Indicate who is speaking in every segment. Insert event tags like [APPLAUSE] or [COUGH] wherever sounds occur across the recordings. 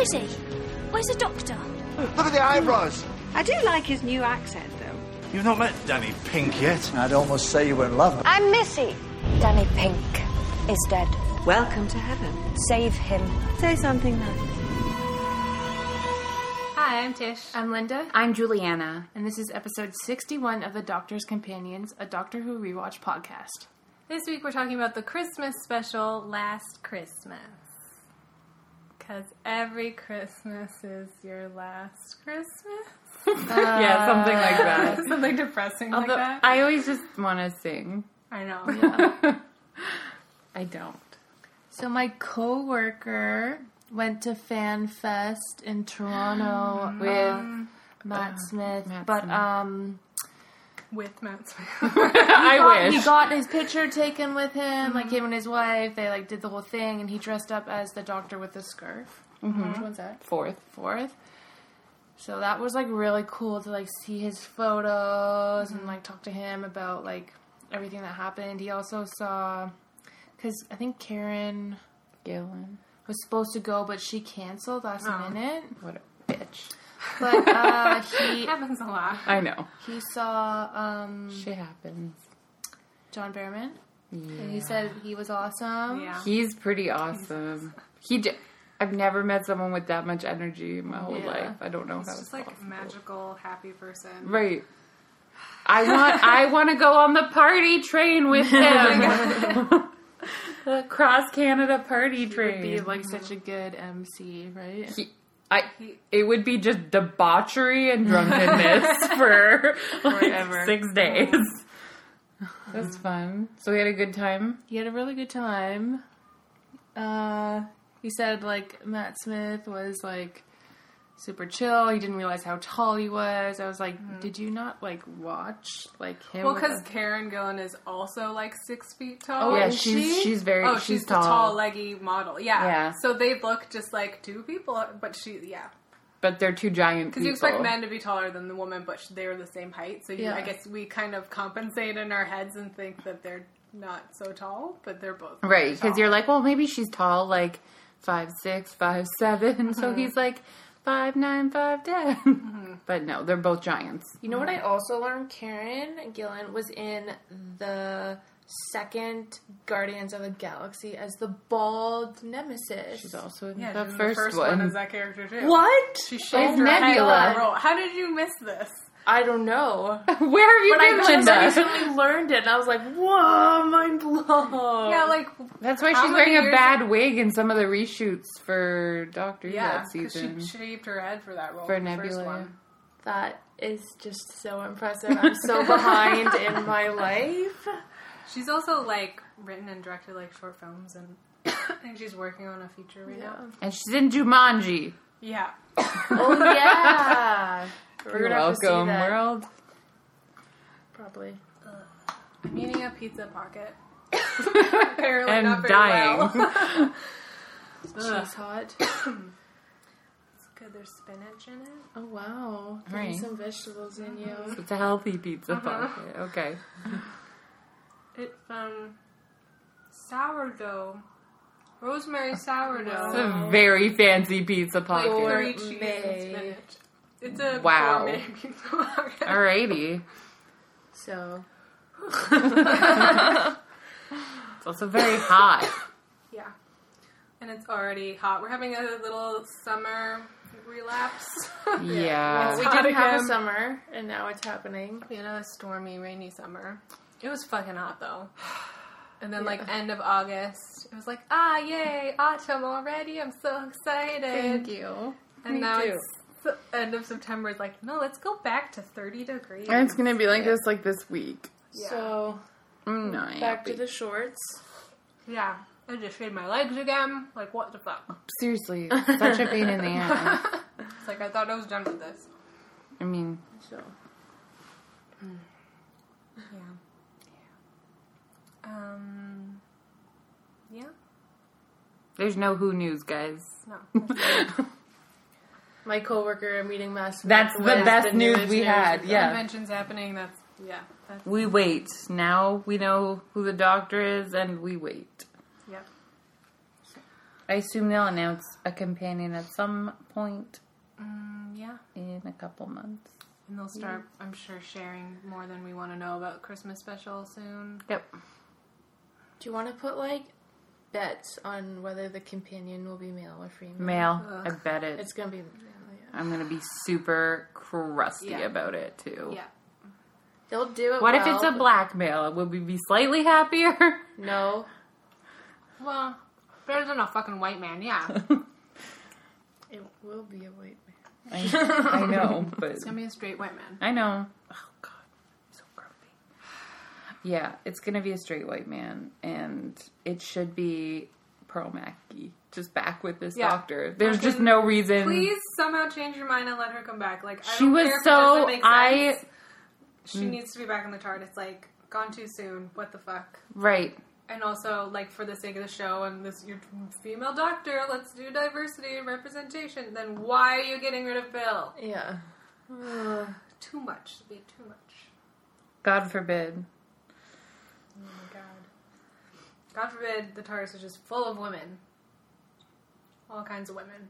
Speaker 1: is he? Where's the doctor?
Speaker 2: Look at the eyebrows.
Speaker 3: I do like his new accent, though.
Speaker 2: You've not met Danny Pink yet.
Speaker 4: I'd almost say you were in love.
Speaker 5: I'm Missy.
Speaker 6: Danny Pink is dead.
Speaker 3: Welcome to heaven.
Speaker 6: Save him.
Speaker 3: Say something nice.
Speaker 7: Hi, I'm Tish. I'm Linda. I'm Juliana. And this is episode 61 of The Doctor's Companions, a Doctor Who rewatch podcast.
Speaker 8: This week we're talking about the Christmas special, Last Christmas. Because every Christmas is your last Christmas.
Speaker 7: yeah, something like that.
Speaker 8: [LAUGHS] Something depressing like that.
Speaker 7: I always just want to sing.
Speaker 8: I know.
Speaker 7: I don't. So my coworker went to Fan Fest in Toronto with Mm-hmm. Mm. Uh, Matt Smith, but um,
Speaker 8: With Matt Smith.
Speaker 7: I Mm-hmm.
Speaker 8: got-
Speaker 7: He got his picture taken with him, like him and his wife. They like did the whole thing, and he dressed up as the doctor with the scarf. Which one's that? Fourth. Fourth. So that was like really cool to like see his photos and like talk to him about like everything that happened. He also saw because I think Karen
Speaker 9: Gillen.
Speaker 7: was supposed to go, but she canceled last
Speaker 8: Oh.
Speaker 7: minute.
Speaker 9: What a bitch.
Speaker 7: But uh, he
Speaker 8: happens a lot.
Speaker 9: I know.
Speaker 7: he saw um,
Speaker 9: Shit happens.
Speaker 7: John Behrman. And he said he was awesome.
Speaker 8: Yeah.
Speaker 9: He's pretty awesome. He j- I've never met someone with that much energy in my whole
Speaker 7: Yeah.
Speaker 9: life. I don't know how
Speaker 8: He's just
Speaker 9: it's
Speaker 8: like
Speaker 9: possible.
Speaker 8: magical, happy person.
Speaker 9: Right. I want I want to go on the party train with him. [LAUGHS] the cross Canada party train.
Speaker 7: Be like such a good MC, right?
Speaker 9: He- I it would be just debauchery and drunkenness for like
Speaker 7: Forever.
Speaker 9: six days. That's fun. So we had a good time.
Speaker 7: He had a really good time. Uh, he said like Matt Smith was like super chill. He didn't realize how tall he was. I was like, did you not like watch like him?
Speaker 8: Well,
Speaker 7: with
Speaker 8: because
Speaker 7: a-
Speaker 8: Karen Gillan is also like six feet tall.
Speaker 7: Oh,
Speaker 9: yeah,
Speaker 7: is
Speaker 9: she's
Speaker 7: she?
Speaker 9: she's very
Speaker 8: Oh,
Speaker 9: she's,
Speaker 8: she's, the
Speaker 9: tall,
Speaker 8: tall. leggy model. Yeah.
Speaker 9: Yeah.
Speaker 8: So they look just like two people, but she, yeah.
Speaker 9: but they're two giant
Speaker 8: Because
Speaker 9: people.
Speaker 8: you expect men to be taller than the woman, but sh- they're the same height. So you,
Speaker 7: Yeah.
Speaker 8: I guess we kind of compensate in our heads and think that they're not so tall, but they're both
Speaker 9: right?
Speaker 8: tall.
Speaker 9: Because you're like, well, maybe she's tall, like five six, five seven. [LAUGHS] So
Speaker 8: Mm-hmm.
Speaker 9: he's like five nine, five ten. [LAUGHS] But no, they're both giants.
Speaker 7: You know what I also learned? Karen Gillan was in the second Guardians of the Galaxy as the bald nemesis.
Speaker 9: She's also in
Speaker 8: yeah,
Speaker 9: the,
Speaker 8: and
Speaker 9: first one.
Speaker 8: is that character too.
Speaker 7: what?
Speaker 8: She shaved her
Speaker 9: Nebula.
Speaker 8: Head on the roll. How did you miss this?
Speaker 7: I don't [LAUGHS] know. But
Speaker 9: [LAUGHS] Where have you
Speaker 7: I
Speaker 9: been,
Speaker 7: just
Speaker 9: Linda?
Speaker 7: recently learned it, and I was like, "Whoa, mind blown!"
Speaker 8: Yeah, like
Speaker 9: [LAUGHS] That's why
Speaker 8: How
Speaker 9: she's
Speaker 8: many
Speaker 9: wearing a
Speaker 8: years
Speaker 9: bad wig in some of the reshoots for Doctor Who
Speaker 8: yeah,
Speaker 9: that
Speaker 8: 'cause
Speaker 9: season.
Speaker 8: she shaved her head for that role
Speaker 9: For
Speaker 8: in the
Speaker 9: Nebula.
Speaker 8: First one.
Speaker 7: that is just so impressive. I'm so behind in my life.
Speaker 8: She's also like written and directed like short films, and [COUGHS] I think she's working on a feature right now.
Speaker 9: and she's in Jumanji.
Speaker 8: Yeah.
Speaker 9: [LAUGHS]
Speaker 7: Oh yeah, we're
Speaker 9: You're
Speaker 7: gonna have to see
Speaker 9: welcome,
Speaker 7: that,
Speaker 9: world.
Speaker 7: [LAUGHS] probably.
Speaker 8: I'm eating a pizza
Speaker 9: [LAUGHS]
Speaker 8: pocket. Apparently
Speaker 9: And
Speaker 8: not very
Speaker 9: dying.
Speaker 8: well. [LAUGHS]
Speaker 7: She's hot.
Speaker 8: Good, there's spinach in it.
Speaker 7: Oh wow, Getting
Speaker 9: Right.
Speaker 7: some vegetables in you.
Speaker 9: [LAUGHS] It's a healthy pizza
Speaker 8: Mm-hmm.
Speaker 9: pocket. Okay.
Speaker 8: It's um sourdough, rosemary
Speaker 9: It's
Speaker 8: sourdough,
Speaker 9: a very fancy pizza
Speaker 8: like
Speaker 9: pocket.
Speaker 8: three cheese and
Speaker 7: Gourmet.
Speaker 8: spinach. It's a
Speaker 9: Wow.
Speaker 8: gourmet [LAUGHS] pizza
Speaker 9: [LAUGHS]
Speaker 8: pocket.
Speaker 9: Alrighty.
Speaker 7: So
Speaker 9: It's also very hot.
Speaker 8: Yeah, and it's already hot. We're having a little summer relapse.
Speaker 9: [LAUGHS] yeah.
Speaker 7: we
Speaker 8: hot
Speaker 7: didn't have a
Speaker 8: again.
Speaker 7: summer, and now it's happening.
Speaker 8: we had a stormy, rainy summer. It was fucking hot though. And then, like, end of August, it was like, ah, yay, autumn already. I'm so excited.
Speaker 7: you.
Speaker 8: And
Speaker 9: Me
Speaker 8: now
Speaker 9: too.
Speaker 8: it's the end of September. It's like, no, let's go back to 30 degrees.
Speaker 9: And it's gonna be like this like this week.
Speaker 7: So
Speaker 9: I'm not
Speaker 7: back to
Speaker 9: happy.
Speaker 7: the shorts.
Speaker 8: yeah. I just shaved my legs again. Like, what the fuck?
Speaker 9: Seriously, it's such a pain in the ass.
Speaker 8: It's like, I thought I was done with this.
Speaker 9: I mean,
Speaker 7: So
Speaker 8: Yeah. Um. Yeah.
Speaker 9: there's no who news, guys.
Speaker 8: No.
Speaker 7: my coworker I'm meeting last week
Speaker 9: That's the
Speaker 7: was
Speaker 9: best news
Speaker 7: newest
Speaker 9: we had. Yeah.
Speaker 8: Convention's happening. That's, yeah. That's,
Speaker 9: We wait. Now we know who the doctor is and we wait.
Speaker 8: yep.
Speaker 9: I assume they'll announce a companion at some point
Speaker 8: Yeah.
Speaker 9: in a couple months.
Speaker 8: And they'll start, I'm sure, sharing more than we want to know about Christmas special soon.
Speaker 9: Yep.
Speaker 7: Do you want to put like bets on whether the companion will be male or female?
Speaker 9: Male. I bet it.
Speaker 7: It's gonna be male. Yeah.
Speaker 9: I'm gonna be super crusty
Speaker 8: Yeah.
Speaker 9: about it too.
Speaker 8: Yeah.
Speaker 7: They'll do it.
Speaker 9: What if
Speaker 7: well,
Speaker 9: it's a
Speaker 7: but-
Speaker 9: blackmail? Would we be slightly happier?
Speaker 8: [LAUGHS]
Speaker 7: No.
Speaker 8: Well, better than a fucking white man, yeah.
Speaker 7: It will be a white man.
Speaker 9: I, I know, but
Speaker 8: It's gonna be a straight white man.
Speaker 9: I know. Oh God, I'm so grumpy. Yeah, it's gonna be a straight white man, and it should be Pearl Mackey just back with this
Speaker 8: Yeah.
Speaker 9: doctor. There's
Speaker 8: Fucking
Speaker 9: just no reason.
Speaker 8: Please somehow change your mind and let her come back. Like I
Speaker 9: She
Speaker 8: don't
Speaker 9: was
Speaker 8: care if it
Speaker 9: so-
Speaker 8: doesn't make
Speaker 9: I- Mm.
Speaker 8: sense. She needs to be back on the chart. It's like gone too soon. What the fuck?
Speaker 9: Right.
Speaker 8: And also, like for the sake of the show and this, your female doctor. Let's do diversity and representation. Then why are you getting rid of Bill?
Speaker 7: Yeah.
Speaker 8: Too much. It'd Be too much.
Speaker 9: God forbid.
Speaker 8: Oh my god. God forbid the TARDIS is just full of women. All kinds of women.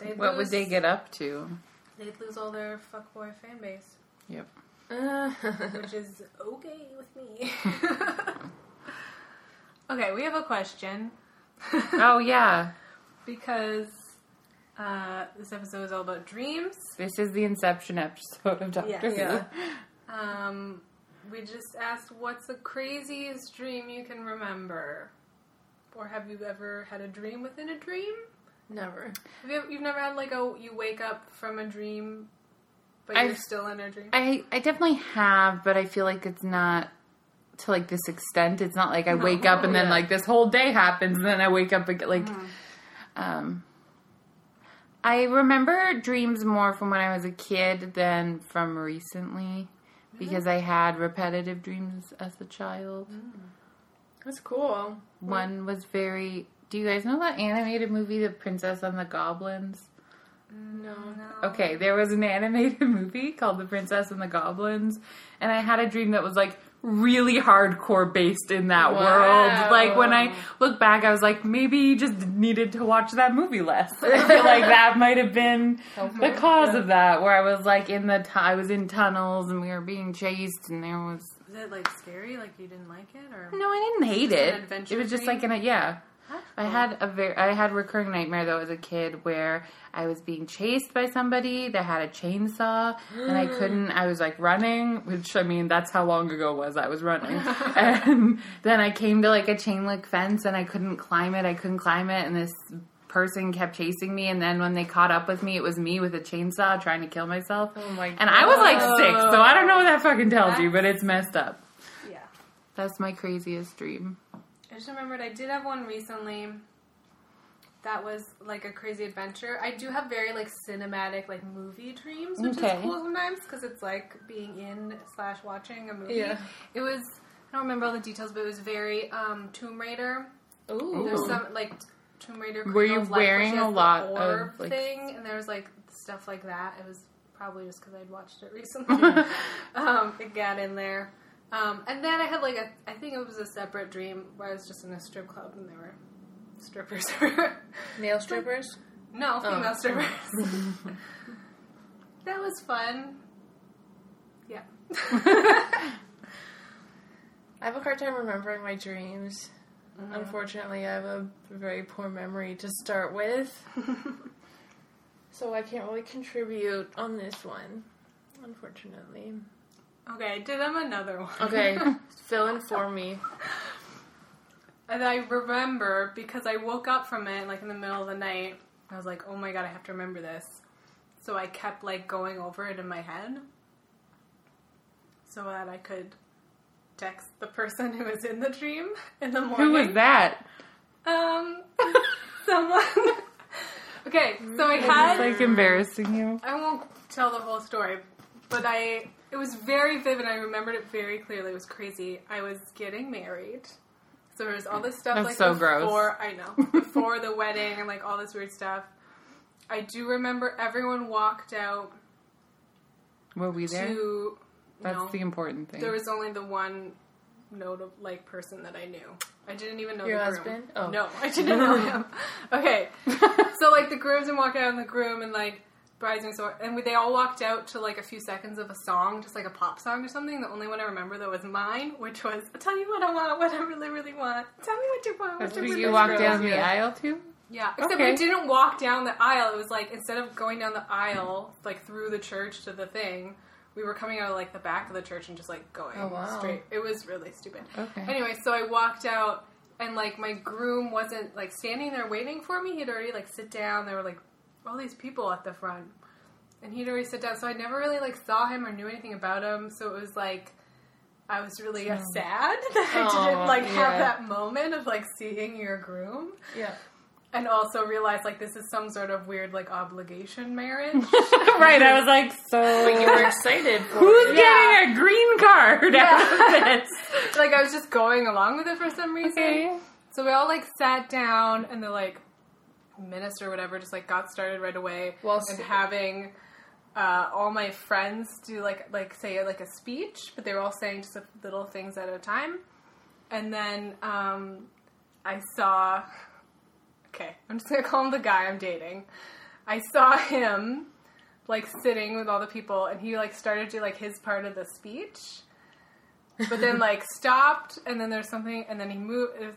Speaker 8: They'd
Speaker 9: What would
Speaker 8: lose-
Speaker 9: they get up to?
Speaker 8: They'd lose all their fuckboy fan base,
Speaker 9: Yep.
Speaker 8: which is okay with me. [LAUGHS] okay, we have a question
Speaker 9: Oh yeah,
Speaker 8: because uh, this episode is all about dreams.
Speaker 9: this is the Inception episode of Doctor Who.
Speaker 8: Yeah. Um, we just asked, what's the craziest dream you can remember? Or have you ever had a dream within a dream?
Speaker 7: [LAUGHS] Never.
Speaker 8: Have you, you've never had like a you wake up from a dream, but you're
Speaker 9: I've-
Speaker 8: still in a dream.
Speaker 9: I I definitely have, but I feel like it's not to like this extent. It's not like I wake up and then like this whole day happens and then I wake up again. Like, um, I remember dreams more from when I was a kid than from recently because I had repetitive dreams as a child.
Speaker 7: That's cool.
Speaker 9: One was very. Do you guys know that animated movie, The Princess and the Goblins?
Speaker 7: No.
Speaker 9: Okay, there was an [LAUGHS] animated movie called The Princess and the Goblins, and I had a dream that was like really hardcore based in that world. Like when I look back, I was like, maybe you just needed to watch that movie less. [LAUGHS] I feel like that might have been the cause of that, where I was like in the tu- I was in tunnels and we were being chased, and there was
Speaker 8: Is it like scary? Like you didn't like it, or
Speaker 9: no, I didn't hate
Speaker 8: an
Speaker 9: it.
Speaker 8: adventure
Speaker 9: It was just
Speaker 8: dream?
Speaker 9: like in a yeah. I had a very I had recurring nightmare though as a kid where I was being chased by somebody that had a chainsaw and
Speaker 8: [GASPS]
Speaker 9: I couldn't I was like running which I mean that's how long ago it was I
Speaker 8: [LAUGHS]
Speaker 9: was running and then I came to like a chain link fence and I couldn't climb it I couldn't climb it and this person kept chasing me and then when they caught up with me it was me with a chainsaw trying to kill myself oh
Speaker 7: my
Speaker 9: and I was like six so I don't know what that fucking tells you but it's messed up
Speaker 8: yeah.
Speaker 9: that's my craziest dream
Speaker 8: I just remembered I did have one recently. That was like a crazy adventure. I do have very like cinematic like movie dreams, which
Speaker 9: Okay.
Speaker 8: is cool sometimes because it's like being in slash watching a movie.
Speaker 7: Yeah.
Speaker 8: It was I don't remember all the details, but it was very um, Tomb Raider.
Speaker 7: Ooh.
Speaker 8: There's some like Tomb Raider.
Speaker 9: Were you
Speaker 8: Chronicles Life, where
Speaker 9: wearing
Speaker 8: she has
Speaker 9: a
Speaker 8: the
Speaker 9: lot of,
Speaker 8: orb
Speaker 9: like-
Speaker 8: thing? And there was like stuff like that. It was probably just because I'd watched it [LAUGHS]
Speaker 9: [LAUGHS]
Speaker 8: recently. um, it got in there. Um, and then I had like a, I think it was a separate dream where I was just in a strip club and there were strippers. [LAUGHS]
Speaker 7: Nail strippers.
Speaker 8: no, female
Speaker 9: Oh. [LAUGHS]
Speaker 8: strippers. that was fun.
Speaker 9: [LAUGHS]
Speaker 8: Yeah.
Speaker 7: I have a hard time remembering my dreams. Mm-hmm. Unfortunately, I have a very poor memory to start with. so I can't really contribute on this one, unfortunately.
Speaker 8: okay, I did have another one.
Speaker 9: [LAUGHS]
Speaker 7: Okay, fill in for me.
Speaker 8: And I remember because I woke up from it like in the middle of the night. I was like, oh my god, I have to remember this. So I kept like going over it in my head so that I could text the person who was in the dream in the morning.
Speaker 9: who was that
Speaker 8: Um, [LAUGHS] someone. [LAUGHS] okay, so I had.
Speaker 9: like embarrassing you
Speaker 8: I won't tell the whole story, but I it was very vivid. I remembered it very clearly. It was crazy. I was getting married, so there was all this stuff
Speaker 9: That's
Speaker 8: like
Speaker 9: so gross.
Speaker 8: before I
Speaker 9: [LAUGHS]
Speaker 8: know before the wedding and like all this weird stuff. I do remember everyone walked out
Speaker 9: Were we there?
Speaker 8: to.
Speaker 9: That's
Speaker 8: no,
Speaker 9: the important thing.
Speaker 8: there was only the one notable like person that I knew. I didn't even know
Speaker 7: Your
Speaker 8: the
Speaker 7: husband?
Speaker 8: groom.
Speaker 7: Oh.
Speaker 8: No, I didn't know
Speaker 9: [LAUGHS]
Speaker 8: him. Okay, so like the grooms and walking out in the groom and like bridesmaids or- and we- they all walked out to like a few seconds of a song, just like a pop song or something. The only one I remember that was mine, which was "Tell me what I want, what I really really want. Tell me what you want." What
Speaker 9: That's
Speaker 8: you
Speaker 9: what
Speaker 8: really
Speaker 9: you
Speaker 8: really
Speaker 9: walk
Speaker 8: want."
Speaker 9: down the aisle [LAUGHS] to?
Speaker 8: Yeah, except
Speaker 9: Okay.
Speaker 8: we didn't walk down the aisle. It was like instead of going down the aisle, like through the church to the thing, we were coming out of like the back of the church and just like going
Speaker 9: Oh, wow.
Speaker 8: straight. It was really stupid.
Speaker 9: Okay.
Speaker 8: Anyway, so I walked out and like my groom wasn't like standing there waiting for me. He'd already like sit down. There were like all these people at the front. And he'd already sit down, so I never really like saw him or knew anything about him. So it was like I was really sad [LAUGHS] that I
Speaker 9: Oh,
Speaker 8: didn't like
Speaker 9: yeah.
Speaker 8: have that moment of like seeing your groom
Speaker 7: Yeah.
Speaker 8: and also realize like this is some sort of weird like obligation marriage.
Speaker 9: right, I was like, so
Speaker 7: You were excited for
Speaker 9: [LAUGHS] who's
Speaker 8: Yeah.
Speaker 9: getting a green card [LAUGHS] after this?
Speaker 8: like I was just going along with it for some reason.
Speaker 9: [LAUGHS] Okay.
Speaker 8: So we all like sat down and the like minister or whatever just like got started right away
Speaker 7: Well,
Speaker 8: and
Speaker 7: so-
Speaker 8: having uh, all my friends do like like say like a speech, but they were all saying just little things at a time. And then um, I saw okay, I'm just gonna call him the guy I'm dating. I saw him like sitting with all the people and he like started to like his part of the speech. but
Speaker 7: [LAUGHS]
Speaker 8: then like stopped and then there's something and then he moved it was-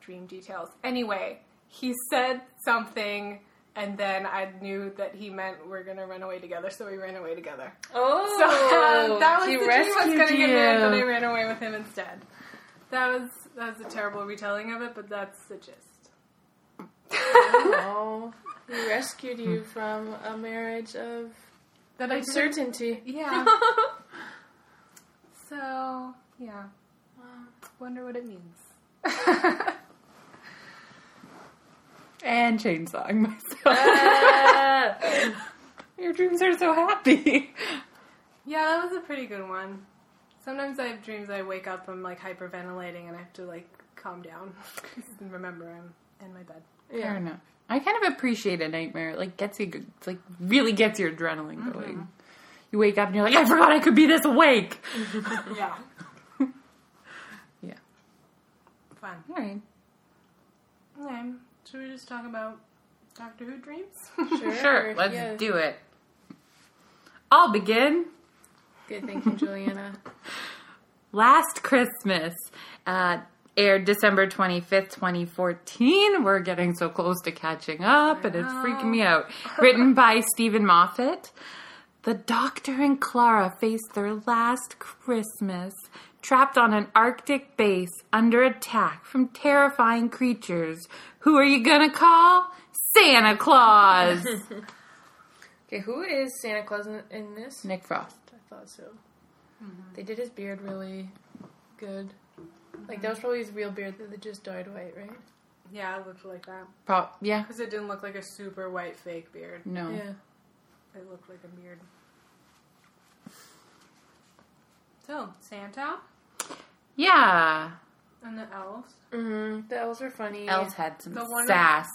Speaker 8: dream details anyway he said something and then i knew that he meant we're gonna run away together so we ran away together [LAUGHS]
Speaker 7: Oh,
Speaker 8: so um, that was
Speaker 9: he
Speaker 8: the dream was gonna
Speaker 9: rescued
Speaker 8: get married but
Speaker 9: you.
Speaker 8: i ran away with him instead that was that was a terrible retelling of it but that's the gist [LAUGHS]
Speaker 7: Oh, he rescued you from a marriage of
Speaker 8: that i didn't-
Speaker 7: certainty.
Speaker 8: yeah so yeah wonder what it means
Speaker 9: And chainsawing myself. Uh. [LAUGHS] Your dreams are so happy.
Speaker 8: Yeah, that was a pretty good one. Sometimes I have dreams I wake up, I'm like hyperventilating, and I have to like calm down [LAUGHS] and remember I'm in my bed.
Speaker 9: Fair enough. I kind of appreciate a nightmare. It, Like gets you, good- it's, like really gets your adrenaline going. You wake up and you're like, I forgot I could be this awake.
Speaker 8: Yeah.
Speaker 9: Yeah.
Speaker 8: Fun.
Speaker 9: All right.
Speaker 8: Okay. Should we just talk about Doctor Who dreams? [LAUGHS]
Speaker 9: Sure. Let's do it. I'll begin.
Speaker 7: Good thinking, Juliana.
Speaker 9: Last Christmas uh, aired December 25th, 2014. We're getting so close to catching up, and it's freaking me out. Written by Stephen Moffat. The doctor and Clara faced their last Christmas trapped on an Arctic base under attack from terrifying creatures. Who are you gonna call? Santa Claus!
Speaker 7: Okay, who is Santa Claus in, in this?
Speaker 9: [LAUGHS] Nick Frost.
Speaker 7: I thought so.
Speaker 8: Mm-hmm.
Speaker 7: They did his beard really good. Like that was probably his real beard that they just dyed white, right?
Speaker 8: yeah, it looked like that
Speaker 9: Pro- yeah.
Speaker 8: because it didn't look like a super white fake beard.
Speaker 9: No.
Speaker 8: It looked like a beard. So Santa
Speaker 9: Yeah.
Speaker 8: and the elves.
Speaker 7: Mm-hmm. The elves were funny.
Speaker 9: Elves had some
Speaker 8: The one-
Speaker 9: sass.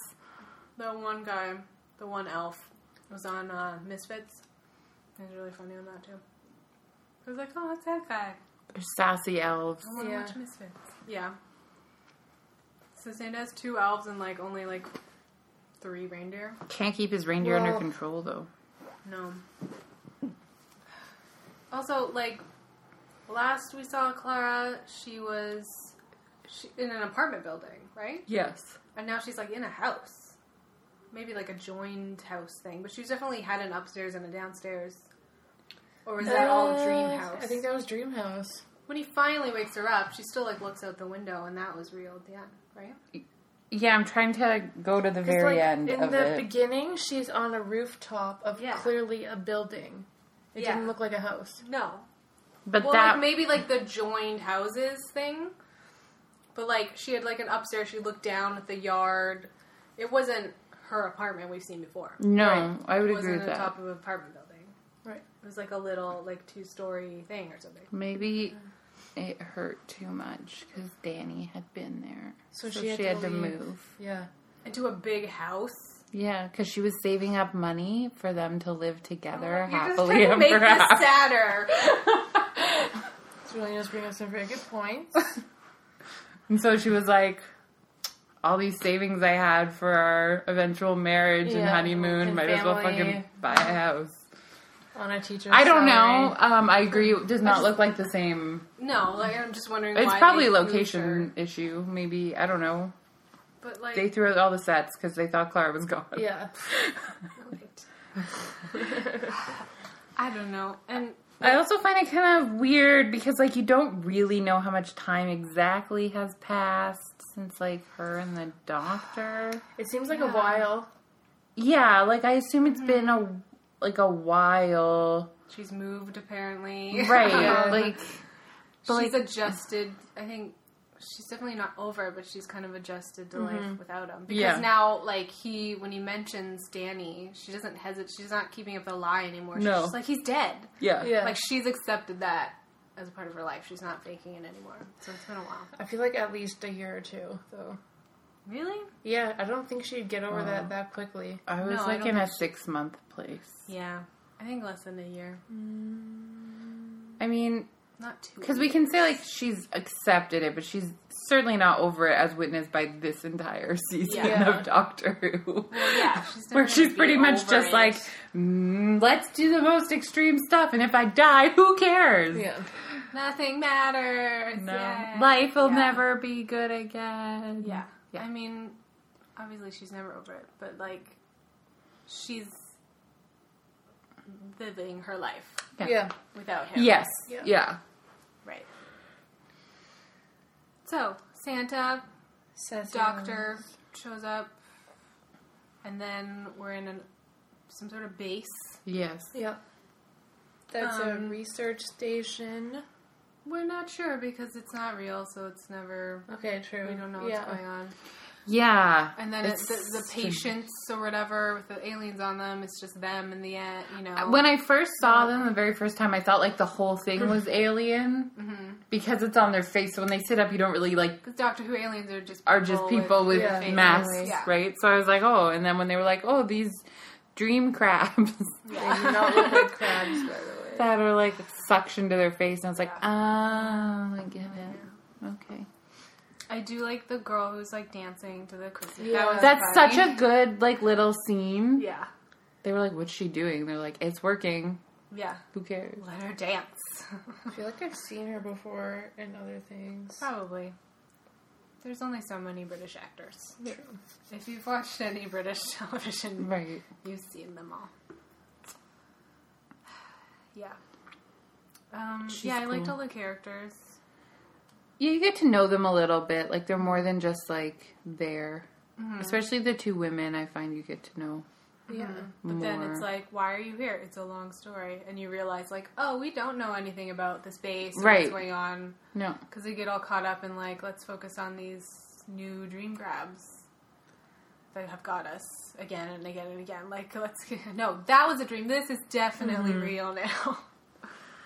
Speaker 8: The one guy, the one elf, was on uh, Misfits. He was really funny on that too. I was like, oh, that's that guy.
Speaker 9: sassy elves.
Speaker 8: I want to
Speaker 7: Yeah.
Speaker 8: watch Misfits. Yeah. So Santa has two elves and like only like three reindeer.
Speaker 9: Can't keep his reindeer under
Speaker 7: Well-
Speaker 9: control though.
Speaker 8: No. Also, like last we saw Clara, she was she, in an apartment building, right?
Speaker 9: Yes.
Speaker 8: And now she's like in a house. Maybe like a joined house thing. But she's definitely had an upstairs and a downstairs. Or is that all dream
Speaker 7: Uh,
Speaker 8: house?
Speaker 7: I think that was Dream House.
Speaker 8: when he finally wakes her up, she still like looks out the window and that was real at the end, right?
Speaker 9: Yeah, I'm trying to go to the very
Speaker 7: like,
Speaker 9: end
Speaker 7: in
Speaker 9: of
Speaker 7: the
Speaker 9: it.
Speaker 7: beginning, she's on a rooftop of
Speaker 8: Yeah.
Speaker 7: clearly a building. It
Speaker 8: Yeah.
Speaker 7: didn't look like a house.
Speaker 8: No.
Speaker 9: but
Speaker 8: Well
Speaker 9: that
Speaker 8: like maybe like the joined houses thing. But like she had like an upstairs, she looked down at the yard. It wasn't her apartment we've seen before.
Speaker 9: no, I would
Speaker 8: It wasn't
Speaker 9: agree
Speaker 8: on
Speaker 9: with that.
Speaker 8: top of an apartment building.
Speaker 7: Right.
Speaker 8: It was like a little like two story thing or something.
Speaker 9: Maybe it hurt too much because Danny had been there,
Speaker 7: So she had to leave.
Speaker 9: move.
Speaker 7: Yeah.
Speaker 8: Into a big house.
Speaker 9: Yeah, because she was saving up money for them to live together
Speaker 8: You're just
Speaker 9: happily
Speaker 8: trying to
Speaker 9: ever
Speaker 8: make this
Speaker 9: after.
Speaker 8: sadder.
Speaker 7: Juliana's bringing up some very good
Speaker 9: [LAUGHS]
Speaker 7: points.
Speaker 9: And so she was like, all these savings I had for our eventual marriage and
Speaker 7: Yeah,
Speaker 9: honeymoon,
Speaker 7: and
Speaker 9: might as well
Speaker 7: family.
Speaker 9: fucking buy a house.
Speaker 7: On a teacher.
Speaker 9: I don't know. Um, I agree. It does not look like the same.
Speaker 8: No, like I'm just wondering.
Speaker 9: It's
Speaker 8: why
Speaker 9: probably
Speaker 8: they
Speaker 9: a
Speaker 8: moved
Speaker 9: location
Speaker 8: her.
Speaker 9: issue. Maybe I don't know.
Speaker 8: But like,
Speaker 9: They threw out all the sets because they thought Clara was gone.
Speaker 7: Yeah. [LAUGHS]
Speaker 9: [LAUGHS]
Speaker 8: I don't know. And
Speaker 9: I also find it kind of weird because like you don't really know how much time exactly has passed since like her and the doctor.
Speaker 7: It seems like a while.
Speaker 9: Yeah, like I assume
Speaker 8: Mm-hmm.
Speaker 9: it's been a like a while,
Speaker 8: she's moved apparently. [LAUGHS]
Speaker 9: right?
Speaker 7: Yeah.
Speaker 9: Like
Speaker 8: she's adjusted. I think she's definitely not over, it, but she's kind of adjusted to life without him. Because
Speaker 9: Yeah.
Speaker 8: now, like he, when he mentions Danny, she doesn't hesitate. She's not keeping up the lie anymore. She's
Speaker 9: No.
Speaker 8: just like he's dead.
Speaker 9: yeah,
Speaker 7: Yeah.
Speaker 8: Like she's accepted that as a part of her life. She's not faking it anymore. So it's been a while.
Speaker 7: I feel like at least a year or two, though.
Speaker 8: Really?
Speaker 7: Yeah, I don't think she'd get over that that quickly.
Speaker 9: I was
Speaker 8: No, I
Speaker 9: like
Speaker 8: don't
Speaker 9: in a
Speaker 8: think she-
Speaker 9: six month place.
Speaker 8: Yeah. I think less than a year.
Speaker 9: I mean,
Speaker 8: Not too.
Speaker 9: because we can say like she's accepted it, but she's certainly not over it, as witnessed by this entire [LAUGHS] season
Speaker 7: Yeah.
Speaker 9: of Doctor Who.
Speaker 8: Yeah,
Speaker 9: [LAUGHS]
Speaker 8: she's
Speaker 9: where
Speaker 8: definitely
Speaker 9: she's pretty
Speaker 8: be
Speaker 9: much
Speaker 8: over
Speaker 9: just
Speaker 8: it.
Speaker 9: like, mm, let's do the most extreme stuff, and if I die, who cares?
Speaker 7: Yeah.
Speaker 8: nothing matters.
Speaker 9: No,
Speaker 8: Yeah.
Speaker 9: life will
Speaker 8: Yeah.
Speaker 9: never be good again.
Speaker 8: Yeah.
Speaker 9: Yeah.
Speaker 8: I mean, obviously she's never over it, but like, she's living her life
Speaker 9: Yeah.
Speaker 7: Yeah.
Speaker 8: without him.
Speaker 9: Yes.
Speaker 7: Yeah.
Speaker 9: yeah.
Speaker 8: Right. So, Santa,
Speaker 7: Says
Speaker 8: doctor shows up, and then we're in an, some sort of base.
Speaker 9: Yes.
Speaker 7: Yep. That's a
Speaker 8: Um,
Speaker 7: research station.
Speaker 8: We're not sure because it's not real, so it's never.
Speaker 7: Okay, true.
Speaker 8: We don't know what's
Speaker 7: yeah.
Speaker 8: going on.
Speaker 9: Yeah.
Speaker 8: And then it, the, the
Speaker 9: It's-
Speaker 8: patients or whatever with the aliens on them, it's just them in the end, you know.
Speaker 9: When I first saw them the very first time, I thought like the whole thing
Speaker 8: [LAUGHS]
Speaker 9: was alien
Speaker 8: Mm-hmm.
Speaker 9: because it's on their face. So when they sit up, you don't really like
Speaker 8: Because Doctor Who aliens are just
Speaker 9: are just people with
Speaker 7: Yeah.
Speaker 8: faces.
Speaker 9: masks,
Speaker 8: Yeah.
Speaker 9: right? So I was like, oh. And then when they were like, oh, these dream crabs [LAUGHS]
Speaker 7: They do not look like crabs, by the way.
Speaker 9: that are like suctioned to their face, and I was like, ah, I get it. Okay.
Speaker 8: I do like the girl who's like dancing to the Christmas.
Speaker 7: Yeah.
Speaker 9: That's such a good like little scene.
Speaker 8: yeah,
Speaker 9: They were like, "What's she doing?" They're like, "It's working.
Speaker 8: yeah.
Speaker 9: Who cares?"
Speaker 8: Let her dance. [LAUGHS]
Speaker 7: I feel like I've seen her before in other things.
Speaker 8: Probably. There's only so many British actors.
Speaker 7: True.
Speaker 8: If you've watched any British [LAUGHS] television,
Speaker 9: Right.
Speaker 8: you've seen them all. [SIGHS] Yeah. Um, yeah, I liked all the characters.
Speaker 9: Yeah, you get to know them a little bit. Like they're more than just like there. Especially the two women, I find you get to know.
Speaker 7: Yeah.
Speaker 8: But then it's
Speaker 9: More.
Speaker 8: like, why are you here? It's a long story, and you realize, like, oh, we don't know anything about this base, or
Speaker 9: Right.
Speaker 8: What's going on?
Speaker 9: No,
Speaker 8: Because they get all caught up in like, let's focus on these new dream grabs that have got us again and again and again. Like, [LAUGHS] let's get, no, that was a dream. This is definitely
Speaker 9: Mm-hmm.
Speaker 8: real now.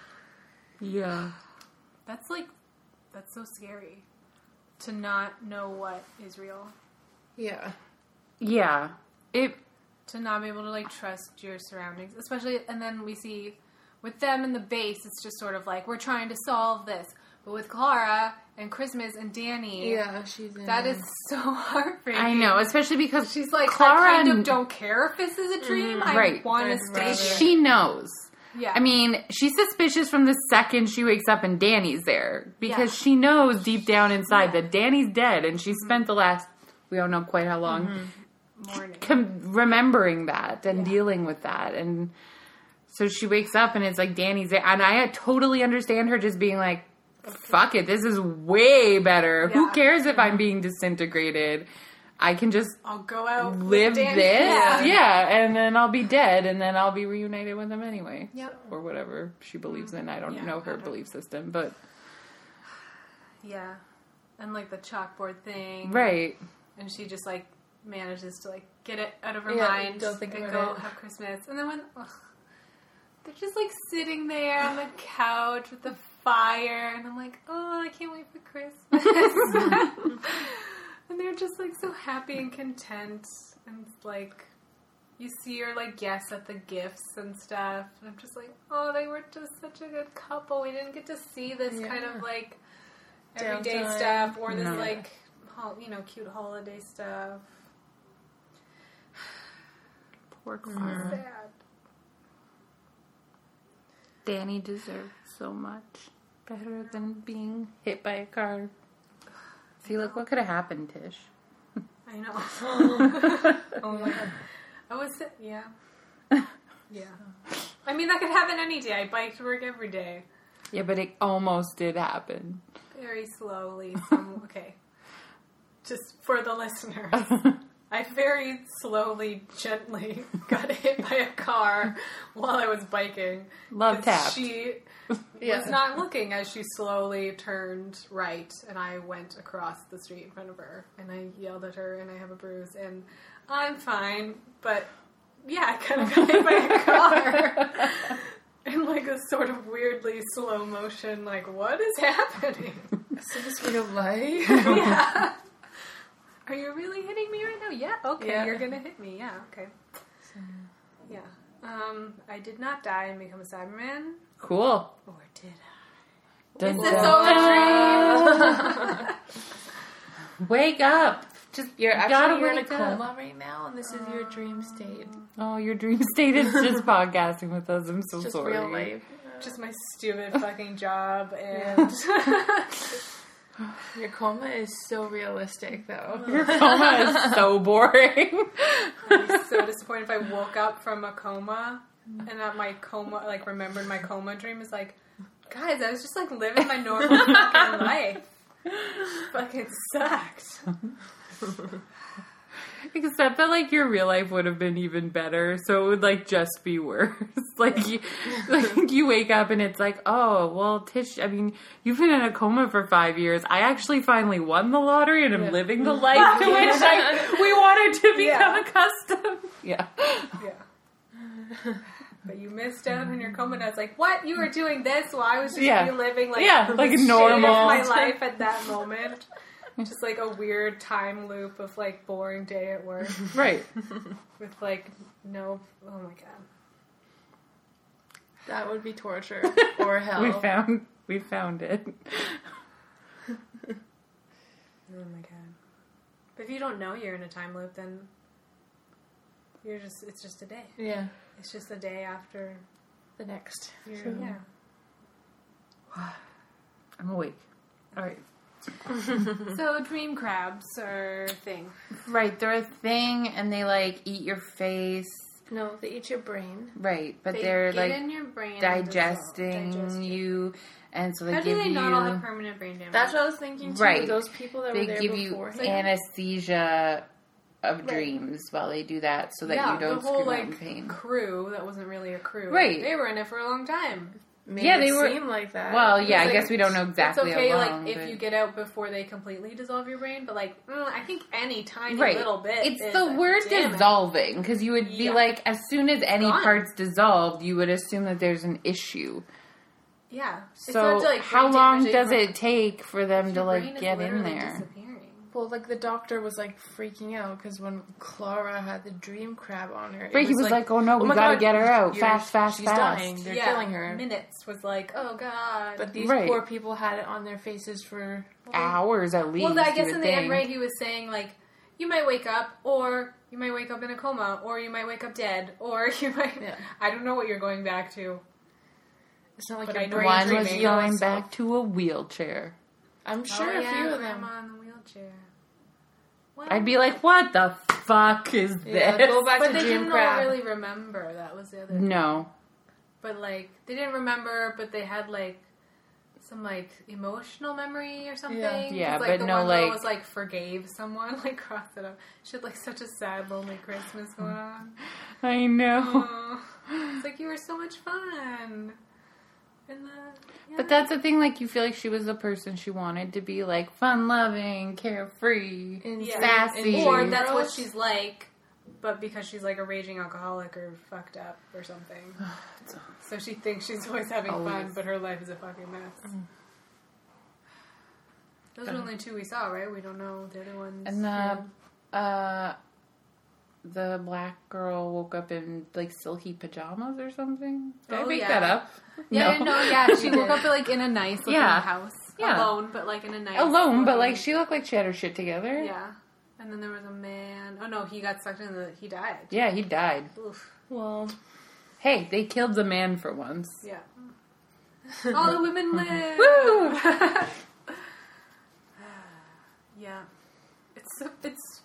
Speaker 8: [LAUGHS]
Speaker 9: yeah,
Speaker 8: That's like, that's so scary to not know what is real,
Speaker 7: Yeah.
Speaker 9: yeah. It
Speaker 8: to not be able to like trust your surroundings, especially. And then we see with them in the base, it's just sort of like we're trying to solve this. But with Clara and Christmas and Danny,
Speaker 7: Yeah, she's in.
Speaker 8: that is so [LAUGHS] heartbreaking.
Speaker 9: Mm. I know, especially because
Speaker 8: She's like, I kind of don't care if this is a dream. I
Speaker 9: Right.
Speaker 8: want to
Speaker 7: I'd
Speaker 8: stay
Speaker 7: rather-
Speaker 8: here.
Speaker 9: She knows.
Speaker 8: Yeah.
Speaker 9: I mean, she's suspicious from the second she wakes up and Danny's there because
Speaker 8: Yeah. Mm-hmm.
Speaker 9: she knows deep down inside that Danny's dead, and she spent the last we don't know quite how long
Speaker 8: Morning.
Speaker 9: com- remembering that and dealing with that and so she wakes up and it's like danny's there and i totally understand her just being like fuck it this is way better who
Speaker 8: Yeah.
Speaker 9: cares if i'm being disintegrated i can just
Speaker 8: I'll go out. with
Speaker 9: live
Speaker 8: Danny.
Speaker 9: this yeah.
Speaker 8: Yeah.
Speaker 9: and then i'll be dead and then i'll be reunited with him anyway
Speaker 8: Yep.
Speaker 9: or whatever she believes in i don't
Speaker 8: Yeah,
Speaker 9: know her
Speaker 8: I don't-
Speaker 9: belief system but
Speaker 8: Yeah. And like the chalkboard thing.
Speaker 9: right
Speaker 8: And she just like manages to like get it out of her
Speaker 7: Yeah,
Speaker 8: mind
Speaker 7: don't think
Speaker 8: and
Speaker 7: about
Speaker 8: go
Speaker 7: it.
Speaker 8: have Christmas. And then when ugh, they're just like sitting there on the couch with the fire, and I'm like, oh, I can't wait for [LAUGHS]
Speaker 7: [LAUGHS]
Speaker 8: Christmas. and they're just like so happy and content and like
Speaker 10: you see her like guess at the gifts and stuff, and I'm just like, oh, they were just such a good couple. We didn't get to see this kind of like everyday
Speaker 7: Downtime.
Speaker 10: stuff or this
Speaker 9: No.
Speaker 10: like hol- you know cute holiday stuff.
Speaker 9: Poor Clara.
Speaker 10: Sad.
Speaker 9: Danny deserved so much better than being hit by a car. See, look what could have happened, Tish.
Speaker 10: I know. [LAUGHS] oh my god. I was sit- yeah. Yeah. I mean that could happen any day. I bike to work every day.
Speaker 9: Yeah, but it almost did happen.
Speaker 10: Very slowly.
Speaker 9: [LAUGHS]
Speaker 10: Some, okay. Just for the listener. I very slowly, gently [LAUGHS] got hit by a car while I was biking.
Speaker 9: Love
Speaker 10: 'Cause
Speaker 9: tapped.
Speaker 10: She
Speaker 9: [LAUGHS] Yeah.
Speaker 10: was not looking as she slowly turned right, and I went across the street in front of her, and I yelled at her, and I have a bruise, and I'm fine, but yeah, I kind of got hit by
Speaker 9: [LAUGHS]
Speaker 10: a car [LAUGHS] in like a sort of weirdly slow motion. Like, what is happening?
Speaker 7: real life.
Speaker 10: [LAUGHS] yeah. Are you really hitting me right now? Yeah, okay.
Speaker 7: Yeah.
Speaker 10: You're gonna hit me. Yeah, okay. Yeah. Um, I did not die and become a Cyberman,
Speaker 9: Cool.
Speaker 10: or did I?
Speaker 9: Dun,
Speaker 10: This
Speaker 9: dun. [LAUGHS] Wake up.
Speaker 7: Just you're
Speaker 9: gotta
Speaker 7: actually you're in a
Speaker 9: wake up.
Speaker 7: coma right now, and this is your dream state.
Speaker 9: Oh, your dream state is
Speaker 7: [LAUGHS]
Speaker 9: just podcasting with us. I'm so
Speaker 7: Just
Speaker 9: sorry.
Speaker 7: real life.
Speaker 10: Just my stupid fucking job and [LAUGHS]
Speaker 7: Your coma is so realistic, [LAUGHS] though.
Speaker 9: Your coma [LAUGHS] is so boring.
Speaker 10: I'd be so disappointed if I woke up from a coma and that my coma, like, remembered my coma dream is like, guys, I was just like living
Speaker 9: [LAUGHS]
Speaker 10: my normal fucking life. Fucking sucked.
Speaker 9: Except that like your real life would have been even better, so it would like just be worse. [LAUGHS] like, you, like you wake up and it's like, oh well, Tish. I mean, you've been in a coma for five years. I actually finally won the lottery and am living the [LAUGHS] life to which like, we wanted to become
Speaker 10: Yeah.
Speaker 9: accustomed. Yeah,
Speaker 10: Yeah. But you missed out on your coma. And I was like, what? You were doing this while I was just
Speaker 9: Yeah.
Speaker 10: reliving, like,
Speaker 9: Yeah,
Speaker 10: the
Speaker 9: like
Speaker 10: shit of
Speaker 9: normal.
Speaker 10: my life at that moment. just like a weird time loop of like boring day
Speaker 9: [LAUGHS]
Speaker 10: at work
Speaker 9: right.
Speaker 10: with like no, oh my god.
Speaker 7: That would be [LAUGHS] torture or hell.
Speaker 9: [LAUGHS] We found we found it.
Speaker 10: Oh my god. But if you don't know you're in a time loop, then you're just, it's just a day.
Speaker 7: yeah,
Speaker 10: It's just a day after
Speaker 7: the next.
Speaker 10: you're, yeah.
Speaker 9: I'm awake. All right.
Speaker 10: So dream crabs are a thing.
Speaker 9: Right, they're a thing, and they like eat your face.
Speaker 7: No, they eat your brain.
Speaker 9: Right, but
Speaker 10: They
Speaker 9: they are
Speaker 10: get
Speaker 9: like
Speaker 10: in your brain and
Speaker 9: digesting
Speaker 10: dissolve- digest
Speaker 9: you, and so they
Speaker 10: How do
Speaker 9: give
Speaker 10: they
Speaker 9: you
Speaker 10: not all have permanent brain damage?
Speaker 7: That's what I was thinking too.
Speaker 9: Right.
Speaker 7: Those people that
Speaker 9: they
Speaker 7: were there
Speaker 9: give you
Speaker 7: beforehand.
Speaker 9: anesthesia of dreams while they do that, so that
Speaker 10: yeah,
Speaker 9: you don't
Speaker 10: the whole
Speaker 9: scream out
Speaker 10: like
Speaker 9: in pain.
Speaker 10: crew that wasn't really a crew.
Speaker 9: Right.
Speaker 10: They were in it for a long time.
Speaker 7: Made
Speaker 9: Yeah,
Speaker 7: it
Speaker 9: they were-
Speaker 7: seem like that.
Speaker 9: Well, yeah, I
Speaker 10: It's like-
Speaker 9: guess we don't know exactly.
Speaker 10: it's okay,
Speaker 9: how long,
Speaker 10: like if
Speaker 9: but-
Speaker 10: you get out before they completely dissolve your brain, but like mm, I think any tiny
Speaker 9: right,
Speaker 10: little bit.
Speaker 9: it's
Speaker 10: is
Speaker 9: the
Speaker 10: a
Speaker 9: word
Speaker 10: damage.
Speaker 9: dissolving because you would be
Speaker 10: Yeah.
Speaker 9: like, as soon as any
Speaker 10: Gone.
Speaker 9: parts dissolved, you would assume that there's an issue.
Speaker 10: Yeah. It's
Speaker 9: So
Speaker 10: not to, like,
Speaker 9: how
Speaker 10: brain
Speaker 9: long
Speaker 10: damage
Speaker 9: does
Speaker 10: anymore.
Speaker 9: it take for them to
Speaker 10: Your brain
Speaker 9: like
Speaker 10: is
Speaker 9: get in
Speaker 10: literally
Speaker 9: there?
Speaker 10: disappearing.
Speaker 7: Well, like the doctor was like freaking out because when Clara had the dream crab on her, it
Speaker 9: Right, he was like, "Oh, no, we
Speaker 7: my
Speaker 9: gotta
Speaker 7: God,
Speaker 9: get her out.
Speaker 7: you're-
Speaker 9: Fast, fast,
Speaker 7: she's
Speaker 9: fast."
Speaker 7: Dying. They're
Speaker 10: yeah,
Speaker 7: killing her."
Speaker 10: Minutes was like, oh god.
Speaker 7: But these
Speaker 9: Right.
Speaker 7: poor people had it on their faces for
Speaker 9: Hours at least.
Speaker 10: Well, I
Speaker 9: you
Speaker 10: guess
Speaker 9: would
Speaker 10: in the
Speaker 9: think.
Speaker 10: end, right, he was saying, like, you might wake up, or you might wake up in a coma, or you might wake up dead, or [LAUGHS] you might.
Speaker 7: Yeah.
Speaker 10: I don't know what you're going back to.
Speaker 7: it's not like
Speaker 10: But
Speaker 7: your
Speaker 10: I
Speaker 7: brain
Speaker 9: One
Speaker 10: Dreaming.
Speaker 9: was
Speaker 7: remaining.
Speaker 9: going back to a wheelchair.
Speaker 7: I'm sure
Speaker 10: Oh,
Speaker 7: a
Speaker 10: yeah,
Speaker 7: few of them.
Speaker 10: grandma in the wheelchair. What?
Speaker 9: I'd be like, what the fuck is this?
Speaker 7: Yeah, go back
Speaker 10: but
Speaker 7: to
Speaker 10: they
Speaker 7: dream
Speaker 10: didn't
Speaker 7: crab.
Speaker 10: all really remember. That was the other.
Speaker 9: no.
Speaker 10: But like, they didn't remember, but they had like. Some like emotional memory or something.
Speaker 7: Yeah.
Speaker 10: 'Cause,
Speaker 9: Yeah,
Speaker 10: like,
Speaker 9: but
Speaker 10: the
Speaker 9: no,
Speaker 10: one girl
Speaker 9: like-
Speaker 10: was like forgave someone, [LAUGHS] like crossed it up. She had like such a sad, lonely Christmas
Speaker 9: Mm.
Speaker 10: going on.
Speaker 9: [LAUGHS] I know.
Speaker 10: Aw. it's like you were so much fun. And uh, the, yeah.
Speaker 9: But that's the thing, like, you feel like she was the person she wanted to be, like, fun loving, carefree.
Speaker 7: And
Speaker 10: Yeah.
Speaker 9: sassy.
Speaker 10: or that's what
Speaker 7: Girls-
Speaker 10: she's like, but because she's like a raging alcoholic or fucked up
Speaker 9: [SIGHS]
Speaker 10: or something. so she thinks she's always having fun,
Speaker 9: Always. Mm.
Speaker 10: but her life is a fucking mess.
Speaker 9: uh,
Speaker 10: Those are only two we saw, right? We don't know the other ones.
Speaker 9: And the, uh, the black girl woke up in like silky pajamas or something. Did I
Speaker 10: Oh,
Speaker 9: make
Speaker 10: yeah.
Speaker 9: that up?
Speaker 7: [LAUGHS] Yeah, no, yeah. She woke up like in a nice looking
Speaker 9: Yeah.
Speaker 7: house.
Speaker 9: Yeah.
Speaker 10: Alone, but like in a nice.
Speaker 9: [LAUGHS] Alone, but like she looked like she had her shit together.
Speaker 10: Yeah. And then there was a man. Oh no, he got sucked in the. He died.
Speaker 9: Yeah, he died.
Speaker 10: Oof.
Speaker 7: Well,
Speaker 9: Hey, they killed the man for once.
Speaker 10: Yeah. All the women live.
Speaker 9: Woo!
Speaker 10: [LAUGHS] Yeah. It's it's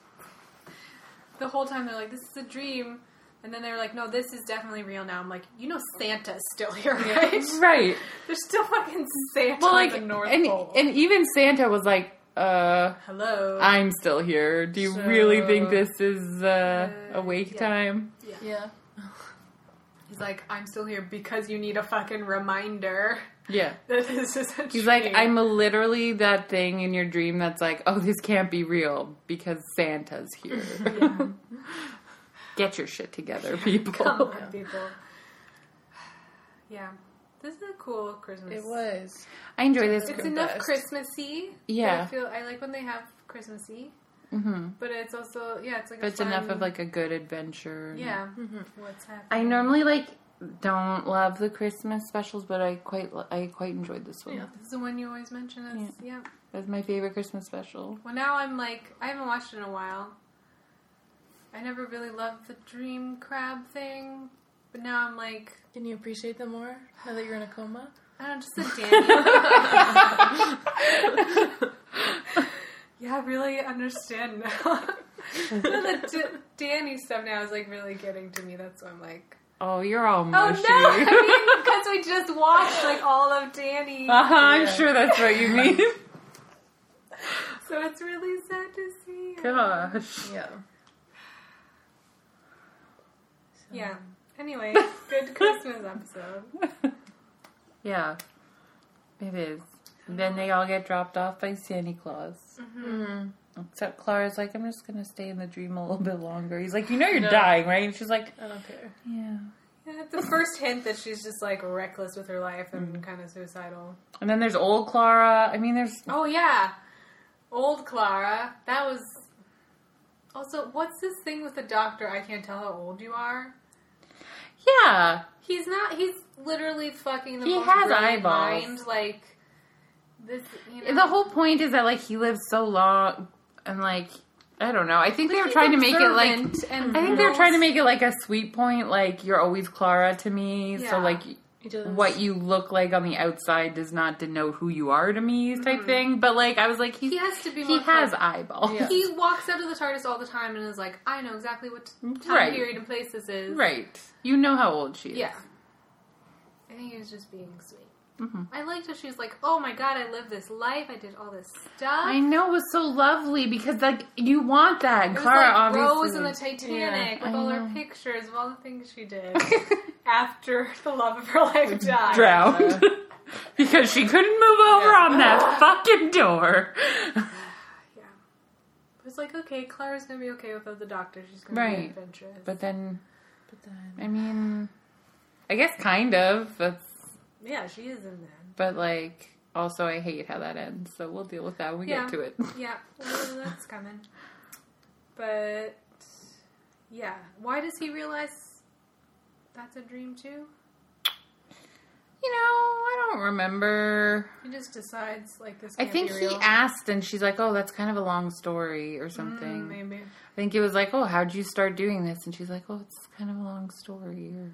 Speaker 10: the whole time they're like, this is a dream, and then they're like, no, this is definitely real. Now I'm like, you know, Santa's still here, right? [LAUGHS]
Speaker 9: Right.
Speaker 10: There's still fucking Santa
Speaker 9: Well,
Speaker 10: like,
Speaker 9: like,
Speaker 10: the North
Speaker 9: and,
Speaker 10: Pole.
Speaker 9: and even Santa was like, uh,
Speaker 10: Hello.
Speaker 9: I'm still here. Do you
Speaker 7: So-
Speaker 9: really think this is uh,
Speaker 10: Uh,
Speaker 9: awake
Speaker 10: yeah.
Speaker 9: time?
Speaker 7: yeah.
Speaker 10: He's like, I'm still here because you need a fucking reminder [LAUGHS]
Speaker 9: Yeah.
Speaker 10: that this is a
Speaker 9: He's like, I'm
Speaker 10: [LAUGHS]
Speaker 9: literally that thing in your dream that's like, oh, this can't be real because Santa's here. [LAUGHS] Get your shit together, people.
Speaker 10: Come on, people. [SIGHS] Yeah. This is a cool Christmas.
Speaker 7: It was.
Speaker 9: [LAUGHS] I enjoy this.
Speaker 10: It's
Speaker 9: the
Speaker 10: enough
Speaker 9: best.
Speaker 10: Christmassy.
Speaker 9: Yeah.
Speaker 10: I feel I like when they have Christmassy. Mm-hmm. But it's also yeah, it's like a
Speaker 9: But it's
Speaker 10: fun-
Speaker 9: enough of like a good adventure.
Speaker 10: yeah. What's happening?
Speaker 9: I normally like don't love the Christmas specials, but I quite li- I quite enjoyed this one.
Speaker 10: Yeah, this is the one you always mention. As, yeah.
Speaker 9: That's my favorite Christmas special.
Speaker 10: Well, now I'm like I haven't watched it in a while. I never really loved the dream crab thing, but now I'm like
Speaker 7: Can you appreciate them more now that you're in a coma?
Speaker 10: I don't know, just a Daniel. [LAUGHS] yeah, I really understand now. [LAUGHS] the D- Danny stuff now is like really getting to me. That's why I'm like,
Speaker 9: Oh, you're all
Speaker 10: oh
Speaker 9: mushy.
Speaker 10: no! [LAUGHS] I mean, because we just watched like all of Danny,
Speaker 9: Uh-huh, [LAUGHS] I'm sure that's what
Speaker 10: [LAUGHS]
Speaker 9: you mean.
Speaker 10: so it's really sad to see.
Speaker 9: Gosh.
Speaker 7: Yeah.
Speaker 10: Yeah. Anyway,
Speaker 9: [LAUGHS]
Speaker 10: good Christmas episode.
Speaker 9: Yeah, it is. And then they all get dropped off by Santa Claus. Mm-hmm. Except Clara's like, I'm just gonna stay in the dream a little bit longer. He's like, you know, you're dying, right? And she's like,
Speaker 7: I don't care.
Speaker 9: yeah.
Speaker 10: Yeah, it's the first hint that she's just like reckless with her life and
Speaker 9: Mm.
Speaker 10: kind of suicidal.
Speaker 9: And then there's old Clara. I mean, there's
Speaker 10: Oh yeah, old Clara. That was also what's this thing with the doctor? I can't tell how old you are.
Speaker 9: yeah.
Speaker 10: He's not. He's literally fucking. The
Speaker 9: He
Speaker 10: most
Speaker 9: has
Speaker 10: brilliant
Speaker 9: eyeballs.
Speaker 10: Mind, like this. You know,
Speaker 9: The whole point is that like he lives so long, and like I don't know. I think they were
Speaker 10: he's
Speaker 9: trying to make it like
Speaker 10: observant and
Speaker 9: I think they're trying to make it like a sweet point. Like you're always Clara to me,
Speaker 10: Yeah.
Speaker 9: so like
Speaker 7: He does.
Speaker 9: what you look like on the outside does not denote who you are to me, type thing. But like I was like he's,
Speaker 10: He has to be
Speaker 9: Mm. he
Speaker 10: more
Speaker 9: has
Speaker 10: clever.
Speaker 9: eyeballs.
Speaker 7: Yeah.
Speaker 10: He walks out of the TARDIS all the time and is like, "I know exactly what time
Speaker 9: Right.
Speaker 10: period and place this is."
Speaker 9: Right. You know how old she is.
Speaker 10: Yeah. I think he was just being sweet.
Speaker 9: Mm-hmm.
Speaker 10: I liked how she was like, "Oh my god, I lived this life. I did all this stuff."
Speaker 9: I know it was so lovely because like you want that. And
Speaker 10: It was
Speaker 9: Clara
Speaker 10: like Rose
Speaker 9: obviously
Speaker 10: in the Titanic with
Speaker 9: I
Speaker 10: all her pictures of all the things
Speaker 9: [LAUGHS]
Speaker 10: she did after the love of her life died. uh,
Speaker 9: drowned [LAUGHS] because she couldn't move over on that fucking door. [LAUGHS]
Speaker 10: Yeah. It was like, okay, Clara's gonna be okay without the doctor. She's gonna
Speaker 9: Right.
Speaker 10: be adventurous.
Speaker 9: But then,
Speaker 7: But then-
Speaker 9: I mean, I guess kind of. That's
Speaker 10: yeah, she is in there.
Speaker 9: but like also I hate how that ends. So we'll deal with that when we
Speaker 10: Yeah.
Speaker 9: get to it. [LAUGHS]
Speaker 10: Yeah, well, that's coming. But yeah, why does he realize that's a dream too?
Speaker 9: You know, I don't remember.
Speaker 10: He just decides like this.
Speaker 9: I
Speaker 10: Can't
Speaker 9: think
Speaker 10: be
Speaker 9: he
Speaker 10: real.
Speaker 9: asked, and she's like, "Oh, that's kind of a long story or something."
Speaker 10: Maybe.
Speaker 9: I think it was like, "Oh, how'd you start doing this?" And she's like, "Oh, it's kind of a long story." Or,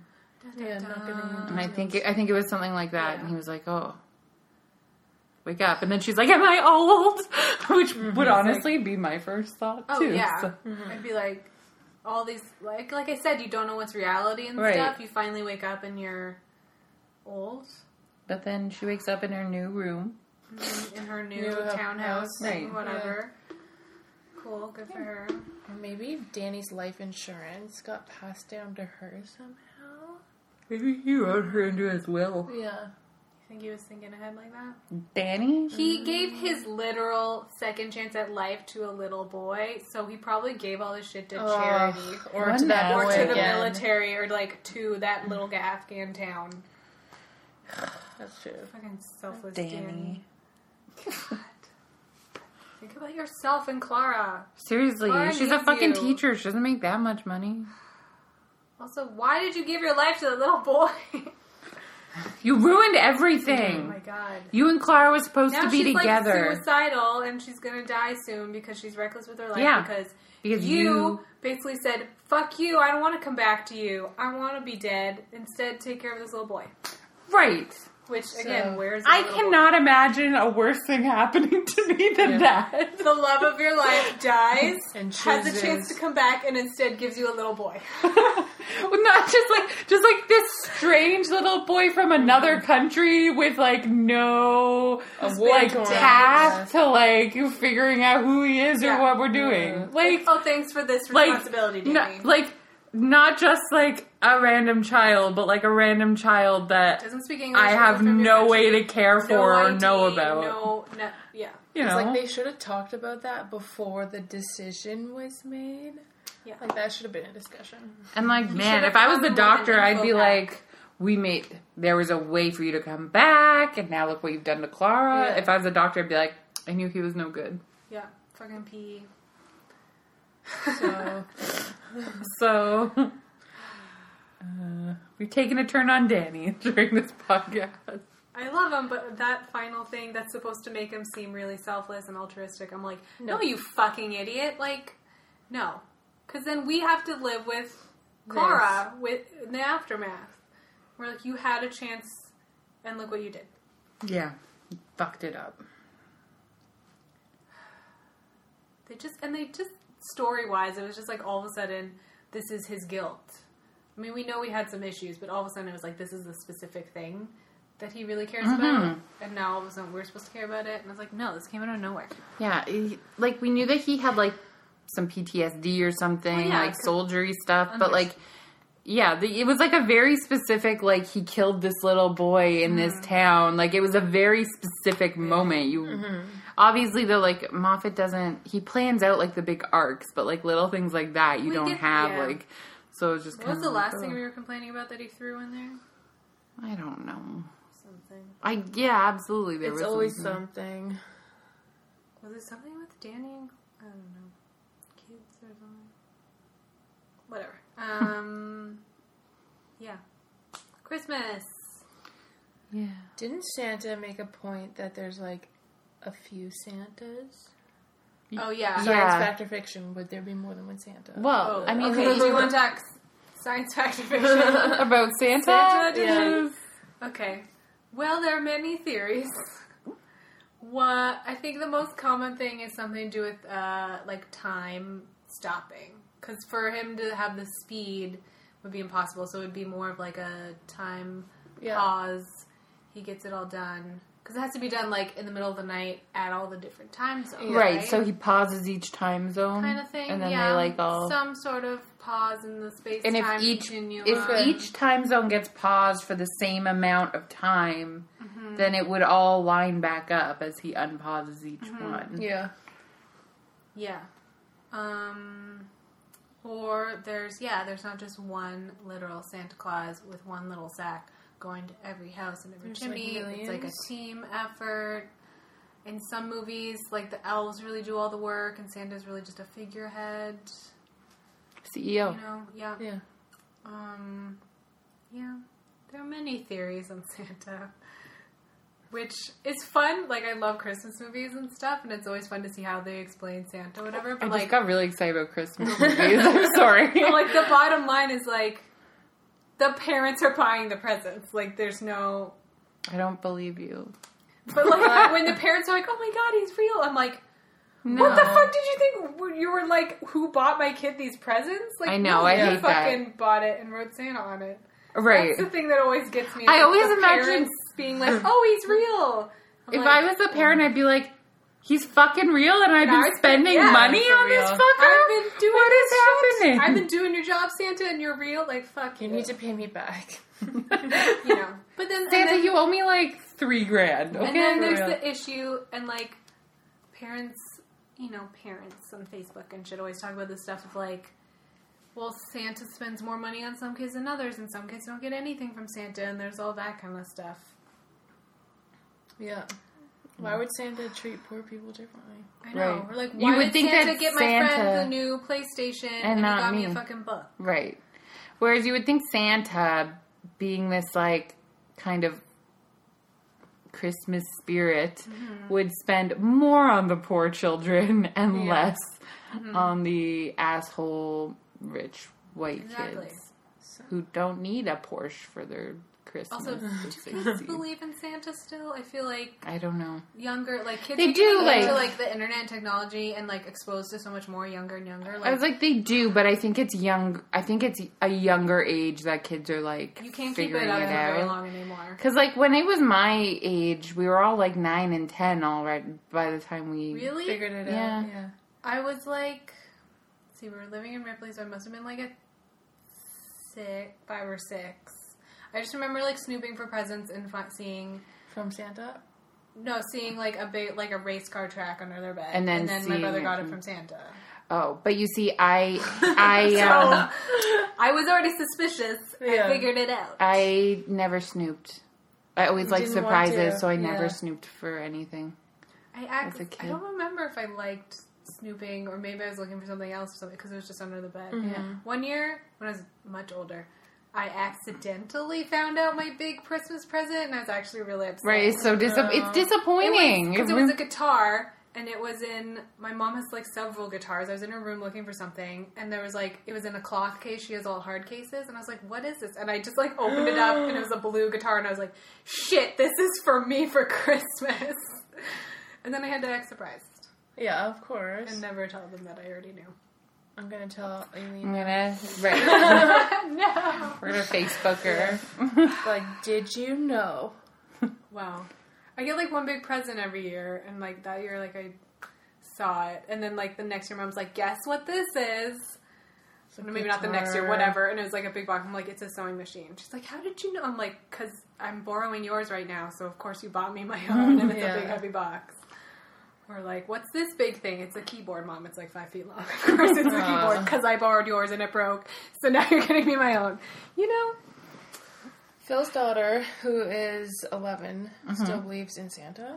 Speaker 7: Yeah, not getting
Speaker 9: and I think it, I think it was something like that. And he was like, "Oh." Wake up, and then she's like, "Am I old?" [LAUGHS] Which would honestly be my first thought
Speaker 10: Oh
Speaker 9: too.
Speaker 10: yeah,
Speaker 9: so-
Speaker 10: I'd be like all these like like I said, you don't know what's reality and
Speaker 9: Right.
Speaker 10: stuff. You finally wake up and you're old
Speaker 9: But then she wakes up in her new room.
Speaker 10: in her new,
Speaker 7: New hou-
Speaker 10: townhouse,
Speaker 7: house,
Speaker 9: right.
Speaker 10: whatever. Cool, good for her.
Speaker 7: Or maybe Danny's life insurance got passed down to her somehow.
Speaker 9: Maybe he wrote her into his will.
Speaker 7: Yeah.
Speaker 10: I think he was thinking ahead like that.
Speaker 9: Danny?
Speaker 10: He gave his literal second chance at life to a little boy, so he probably gave all his shit to charity
Speaker 7: Or
Speaker 9: One
Speaker 7: to that
Speaker 9: now.
Speaker 10: or
Speaker 7: boy
Speaker 10: to the
Speaker 7: again.
Speaker 10: military or like to that little Afghan town.
Speaker 7: That's true.
Speaker 10: Fucking selfless
Speaker 9: Danny.
Speaker 10: Danny. God. Think about yourself and Clara.
Speaker 9: Seriously,
Speaker 10: Clara
Speaker 9: she's a
Speaker 10: needs
Speaker 9: fucking
Speaker 10: you.
Speaker 9: teacher. She doesn't make that much money.
Speaker 10: Also, why did you give your life to the little boy?
Speaker 9: You ruined
Speaker 10: oh
Speaker 9: everything.
Speaker 10: my god.
Speaker 9: you and Clara were supposed
Speaker 10: Now
Speaker 9: to be
Speaker 10: she's like
Speaker 9: together.
Speaker 10: suicidal and she's gonna die soon because she's reckless with her life
Speaker 9: Yeah.
Speaker 10: because,
Speaker 9: Because
Speaker 10: you,
Speaker 9: you-
Speaker 10: basically said, Fuck you, I don't wanna come back to you. I wanna be dead. Instead take care of this little boy.
Speaker 9: right.
Speaker 10: Which again, where's the
Speaker 9: I
Speaker 10: little
Speaker 9: cannot imagine a worse thing happening to me than that. [LAUGHS]
Speaker 10: boy? the love of your life dies
Speaker 9: And
Speaker 10: has
Speaker 9: chooses-
Speaker 10: a chance to come back and instead gives you a little boy.
Speaker 9: well, not just like just like this strange little boy from another country with like no like
Speaker 7: mentor.
Speaker 9: path to like you figuring out who he is
Speaker 10: Yeah.
Speaker 9: or what we're doing. Like
Speaker 10: oh thanks for this
Speaker 9: like
Speaker 10: responsibility,
Speaker 9: no-
Speaker 10: Danny.
Speaker 9: like not just like a random child, but like a random child that
Speaker 10: doesn't speak English.
Speaker 9: I have
Speaker 10: doesn't remember
Speaker 9: no
Speaker 10: much.
Speaker 9: way to care
Speaker 10: No
Speaker 9: for or
Speaker 10: ID,
Speaker 9: know about.
Speaker 10: No, no, yeah,
Speaker 9: you
Speaker 7: It's
Speaker 9: know,
Speaker 7: like they should have talked about that before the decision was made.
Speaker 10: Yeah.
Speaker 7: Like that should have been a discussion.
Speaker 9: And like, man,
Speaker 10: should've
Speaker 9: if I was
Speaker 10: come
Speaker 9: the
Speaker 10: with
Speaker 9: doctor,
Speaker 10: an
Speaker 9: I'd be
Speaker 10: info pack.
Speaker 9: like, we made there was a way for you to come back, and now look what you've done to Clara.
Speaker 7: Yeah.
Speaker 9: If I was the doctor, I'd be like, I knew he was no
Speaker 10: [LAUGHS]
Speaker 9: good.
Speaker 10: yeah. Fucking pee.
Speaker 9: [LAUGHS]
Speaker 7: So
Speaker 9: So uh, we've taken a turn on Danny [LAUGHS] during this podcast.
Speaker 10: I love him, but that final thing that's supposed to make him seem really selfless and altruistic, I'm like, no, you fucking idiot. Like, no. Because then we have to live with Clara with in the aftermath. We're like, you had a chance, and look what you did.
Speaker 9: Yeah, fucked it up.
Speaker 10: They just, and they just, story wise, it was just like all of a sudden, this is his guilt. I mean, we know we had some issues, but all of a sudden it was like, this is the specific thing that he really cares about. And now all of a sudden we're supposed to care about it. And I was like, no, this came out of nowhere.
Speaker 9: Yeah, he- like we knew that he had like some PTSD or something,
Speaker 10: Well, Oh, yeah,
Speaker 9: like
Speaker 10: 'cause-
Speaker 9: soldiery stuff, but
Speaker 10: Unders-
Speaker 9: like yeah, the, it was like a very specific like he killed this little boy in
Speaker 10: Mm-hmm.
Speaker 9: this town. Like it was a very specific moment. You
Speaker 10: Mm-hmm.
Speaker 9: obviously though like Moffat doesn't he plans out like the big arcs, but like little things like that you
Speaker 10: We
Speaker 9: don't
Speaker 10: get-
Speaker 9: have
Speaker 10: yeah.
Speaker 9: like so it's just
Speaker 10: What
Speaker 9: kind
Speaker 10: was the last thing we were complaining about that he threw in there?
Speaker 9: I don't know.
Speaker 10: Something.
Speaker 9: I yeah, absolutely. There
Speaker 7: it's
Speaker 9: was
Speaker 7: always
Speaker 9: something.
Speaker 7: something.
Speaker 10: Was it something with Danny and I don't know. Kids or something? Whatever. Um [LAUGHS] Yeah. Christmas.
Speaker 9: yeah.
Speaker 7: Didn't Santa make a point that there's like a few Santas?
Speaker 10: Oh yeah.
Speaker 9: Yeah.
Speaker 7: Science fact or fiction? Would there be more than one Santa?
Speaker 9: Well,
Speaker 10: Oh,
Speaker 9: I mean,
Speaker 10: okay, do you want to talk science fact or fiction?
Speaker 9: about Santa.
Speaker 10: Santa,
Speaker 7: yeah.
Speaker 10: okay. Well, there are many theories. What I think the most common thing is something to do with uh, like time stopping, because for him to have the speed would be impossible. So it would be more of like a time
Speaker 7: Yeah.
Speaker 10: Uh, pause. He gets it all done because it has to be done like in the middle of the night at all the different time zones.
Speaker 9: Right, so he pauses each time zone,
Speaker 10: kind of thing.
Speaker 9: and then
Speaker 10: yeah,
Speaker 9: they like all.
Speaker 10: some sort of pause in the space.
Speaker 9: and if
Speaker 10: time
Speaker 9: each
Speaker 10: continuum.
Speaker 9: if each time zone gets paused for the same amount of time,
Speaker 10: Mm-hmm.
Speaker 9: then it would all line back up as he unpauses each
Speaker 10: Mm-hmm.
Speaker 9: one.
Speaker 7: yeah.
Speaker 10: Yeah. Um, or there's, yeah, there's not just one literal Santa Claus with one little sack going to every house and every
Speaker 7: There's, like,
Speaker 10: chimney. it's like a
Speaker 7: millions.
Speaker 10: team effort. In some movies, like the elves really do all the work and Santa's really just a figurehead.
Speaker 9: CEO.
Speaker 10: You know, yeah.
Speaker 7: Yeah.
Speaker 10: Um, yeah, there are many theories on [LAUGHS] Santa, which is fun. Like I love Christmas movies and stuff, and it's always fun to see how they explain Santa, or whatever.
Speaker 9: I
Speaker 10: But
Speaker 9: just
Speaker 10: like,
Speaker 9: got really excited about
Speaker 10: [LAUGHS]
Speaker 9: Christmas movies. I'm sorry.
Speaker 10: but, like the bottom line is like the parents are buying the presents. Like there's no,
Speaker 9: I don't believe you.
Speaker 10: but like when the parents are like, "Oh my god, he's real," I'm like. What the fuck did you think? You were like, who bought my kid these presents? Like,
Speaker 9: I know,
Speaker 10: no,
Speaker 9: I
Speaker 10: you
Speaker 9: hate that.
Speaker 10: fucking bought it and wrote Santa on it.
Speaker 9: Right.
Speaker 10: That's the thing that always gets me.
Speaker 9: I
Speaker 10: is
Speaker 9: always
Speaker 10: the
Speaker 9: imagine-
Speaker 10: parents being like, "Oh, he's real." I'm
Speaker 9: If
Speaker 10: like,
Speaker 9: I was a parent, I'd be like, he's fucking real, and I've been
Speaker 10: I've been-
Speaker 9: spending
Speaker 10: yeah,
Speaker 9: money
Speaker 10: for
Speaker 9: on this
Speaker 7: real.
Speaker 9: fucker.
Speaker 10: I've been doing
Speaker 9: What
Speaker 10: this
Speaker 9: is
Speaker 10: shit.
Speaker 9: happening?
Speaker 10: I've been doing your job, Santa, and you're real. Like, fuck
Speaker 7: You need to pay me back. [LAUGHS]
Speaker 10: [LAUGHS] you
Speaker 9: [LAUGHS]
Speaker 10: know. But then, and
Speaker 9: Santa,
Speaker 10: then-
Speaker 9: you owe me like three grand. Okay.
Speaker 10: and then
Speaker 9: For
Speaker 10: there's
Speaker 9: real.
Speaker 10: the issue, and like, parents, you know, parents on Facebook and shit always talk about this stuff of like. Well, Santa spends more money on some kids than others, and some kids don't get anything from Santa, and there's all that kind of stuff.
Speaker 7: Yeah. Why would Santa treat poor people differently?
Speaker 10: I know.
Speaker 9: Right.
Speaker 10: We're like,
Speaker 9: You
Speaker 10: why
Speaker 9: would
Speaker 10: did
Speaker 9: think
Speaker 10: Santa
Speaker 9: that
Speaker 10: get my
Speaker 9: Santa-
Speaker 10: friend the new PlayStation and, he
Speaker 9: not
Speaker 10: got me.
Speaker 9: me.
Speaker 10: a fucking book?
Speaker 9: Right. Whereas you would think Santa being this like kind of Christmas spirit
Speaker 10: Mm-hmm.
Speaker 9: would spend more on the poor children [LAUGHS] and less
Speaker 10: Mm-hmm.
Speaker 9: on the asshole rich white
Speaker 10: Exactly.
Speaker 9: kids who don't need a Porsche for their Christmas.
Speaker 10: Also, [LAUGHS]
Speaker 9: to
Speaker 10: do kids
Speaker 9: succeed.
Speaker 10: believe in Santa still? I feel like
Speaker 9: I don't know.
Speaker 10: younger, like kids
Speaker 9: They
Speaker 10: are
Speaker 9: do,
Speaker 10: getting
Speaker 9: like-
Speaker 10: into, like the internet and technology and like exposed to so much more younger and younger. Like,
Speaker 9: I was like, they do, but I think it's young. I think it's a younger age that kids are like
Speaker 10: you can't keep
Speaker 9: figuring
Speaker 10: it up for
Speaker 9: it out.
Speaker 10: very long anymore.
Speaker 9: Because, like, when it was my age, we were all like nine and ten all right by the time we.
Speaker 10: Really?
Speaker 7: Figured it
Speaker 9: Yeah.
Speaker 7: out. Yeah.
Speaker 10: I was like, let's see, we were living in Ripley, so I must have been like a six, five or six. I just remember like snooping for presents and fi- seeing
Speaker 7: From Santa.
Speaker 10: no, seeing like a big like a race car track under their bed,
Speaker 9: And then
Speaker 10: my
Speaker 9: seeing
Speaker 10: brother
Speaker 9: it
Speaker 10: got it
Speaker 9: from-
Speaker 10: from Santa.
Speaker 9: Oh, but you see,
Speaker 7: [LAUGHS]
Speaker 9: I, I, um,
Speaker 10: I was already suspicious.
Speaker 7: Yeah.
Speaker 10: I figured it out.
Speaker 9: I never snooped. I always like
Speaker 7: Didn't want
Speaker 9: surprises,
Speaker 7: to,
Speaker 9: so I never
Speaker 7: yeah.
Speaker 9: snooped for anything.
Speaker 10: I act,
Speaker 9: As a
Speaker 10: I
Speaker 9: kid.
Speaker 10: don't remember if I liked snooping or maybe I was looking for something else or something because it was just under the bed.
Speaker 9: Mm-hmm.
Speaker 10: One year when I was much older, I accidentally found out my big Christmas present and I was actually really upset.
Speaker 9: Right? It's so dis-
Speaker 7: Oh.
Speaker 9: it's
Speaker 10: It was-
Speaker 9: disappointing.
Speaker 10: 'cause it was a guitar and it was in my mom has like several guitars. I was in her room looking for something and there was like it was in a cloth case. She has all hard cases and I was like, "What is this?" And I just like opened it up and it was a blue guitar and I was like, "Shit, this is for me for [LAUGHS] Christmas." And then I had to act surprised
Speaker 7: Yeah, of course.
Speaker 10: and never tell them that I already knew.
Speaker 7: I'm gonna tell Aileen.
Speaker 9: I'm gonna
Speaker 7: [LAUGHS]
Speaker 9: right.
Speaker 10: no.
Speaker 9: We're gonna Facebook her.
Speaker 7: Like, did you know?
Speaker 10: Wow. I get like one big present every year and like that year like I saw it and then like the next year mom's like, "Guess what this is?" No, maybe not the next year,
Speaker 7: Guitar.
Speaker 10: whatever. And it was like a big box. I'm like, it's a sewing machine. She's like, how did you know? I'm like, because I'm borrowing yours right now, so of course you bought me my own, and it's
Speaker 7: Yeah.
Speaker 10: a [LAUGHS] big heavy box. Or like, what's this big thing? It's a keyboard, mom. It's like five feet long. [LAUGHS] Of course, it's a keyboard because I borrowed yours and it broke. So now [LAUGHS] you're getting me my own. You know,
Speaker 7: Phil's daughter, who is 11,
Speaker 9: Mm-hmm.
Speaker 7: still believes in Santa.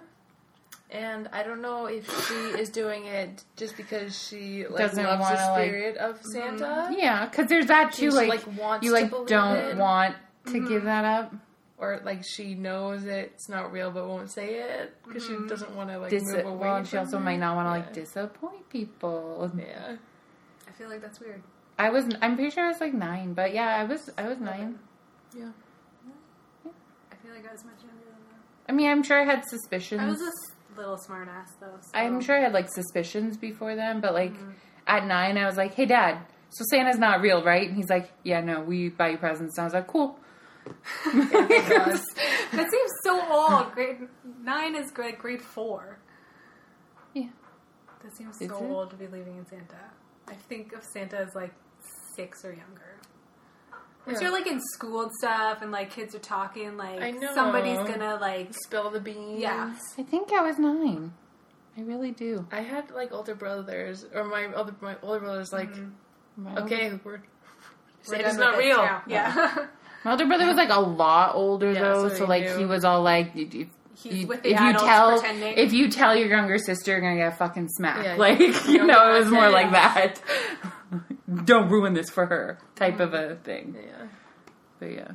Speaker 7: And I don't know if she is doing it just because she like,
Speaker 9: Doesn't
Speaker 7: loves
Speaker 9: wanna,
Speaker 7: the
Speaker 9: like- Mm-hmm.
Speaker 7: spirit of Santa,
Speaker 9: Yeah, because there's that
Speaker 7: She,
Speaker 9: too. Like,
Speaker 7: like, wants
Speaker 9: you
Speaker 7: to
Speaker 9: like
Speaker 7: believe
Speaker 9: don't
Speaker 7: it. Mm-hmm.
Speaker 9: want to give that up.
Speaker 7: or like she knows that it's not real but won't say it because she doesn't want to like
Speaker 9: Mm-hmm. Dis-
Speaker 7: move away.
Speaker 9: well, and she
Speaker 7: from
Speaker 9: also
Speaker 7: it.
Speaker 9: might not want to
Speaker 7: Yeah.
Speaker 9: like disappoint people.
Speaker 7: Yeah,
Speaker 10: I feel like that's weird.
Speaker 9: I was. I'm pretty sure I was like nine, but yeah, I was. I was nine.
Speaker 7: yeah.
Speaker 10: I feel like I was much younger than
Speaker 9: I mean, I'm sure I had
Speaker 10: that. I was
Speaker 9: suspicions.
Speaker 10: a s- little smart ass though. So.
Speaker 9: I
Speaker 10: [LAUGHS]
Speaker 9: am sure I had like suspicions before then, but like at nine, I was like, "Hey, Dad, so Santa's not real, right?" And he's like, "Yeah, no, we buy you presents." And I was like, "Cool."
Speaker 10: that seems so old. Grade nine is grade grade four.
Speaker 9: Yeah.
Speaker 10: That seems
Speaker 9: Is
Speaker 10: so
Speaker 9: it?
Speaker 10: old to be believing in Santa. I think of Santa as like six or younger. Once you're like in school and stuff, and like kids are talking, like
Speaker 7: I know.
Speaker 10: somebody's gonna like
Speaker 7: Spill the beans.
Speaker 10: yeah.
Speaker 9: I think I was nine. I really do.
Speaker 7: I had like older brothers, or my other my older brothers like,
Speaker 9: Mm-hmm. My older-
Speaker 7: okay, we're,
Speaker 10: we're
Speaker 7: Santa's
Speaker 10: done with
Speaker 7: not
Speaker 10: this
Speaker 7: real.
Speaker 10: now. Yeah,
Speaker 9: my older brother was like a lot older
Speaker 7: Yeah,
Speaker 9: though,
Speaker 7: so
Speaker 9: so,
Speaker 7: he
Speaker 9: like
Speaker 7: knew.
Speaker 9: he was all like, y- y-
Speaker 10: He's
Speaker 9: you-
Speaker 10: with the
Speaker 9: if you
Speaker 10: adults
Speaker 9: tell
Speaker 10: pretending.
Speaker 9: if you tell your younger sister, you're gonna get fucking smacked.
Speaker 7: Yeah,
Speaker 9: like [LAUGHS] you
Speaker 7: younger
Speaker 9: know, it was more
Speaker 7: sister.
Speaker 9: like that. [LAUGHS] Don't ruin this for her type of
Speaker 10: Mm-hmm.
Speaker 9: a thing.
Speaker 7: Yeah.
Speaker 9: But yeah.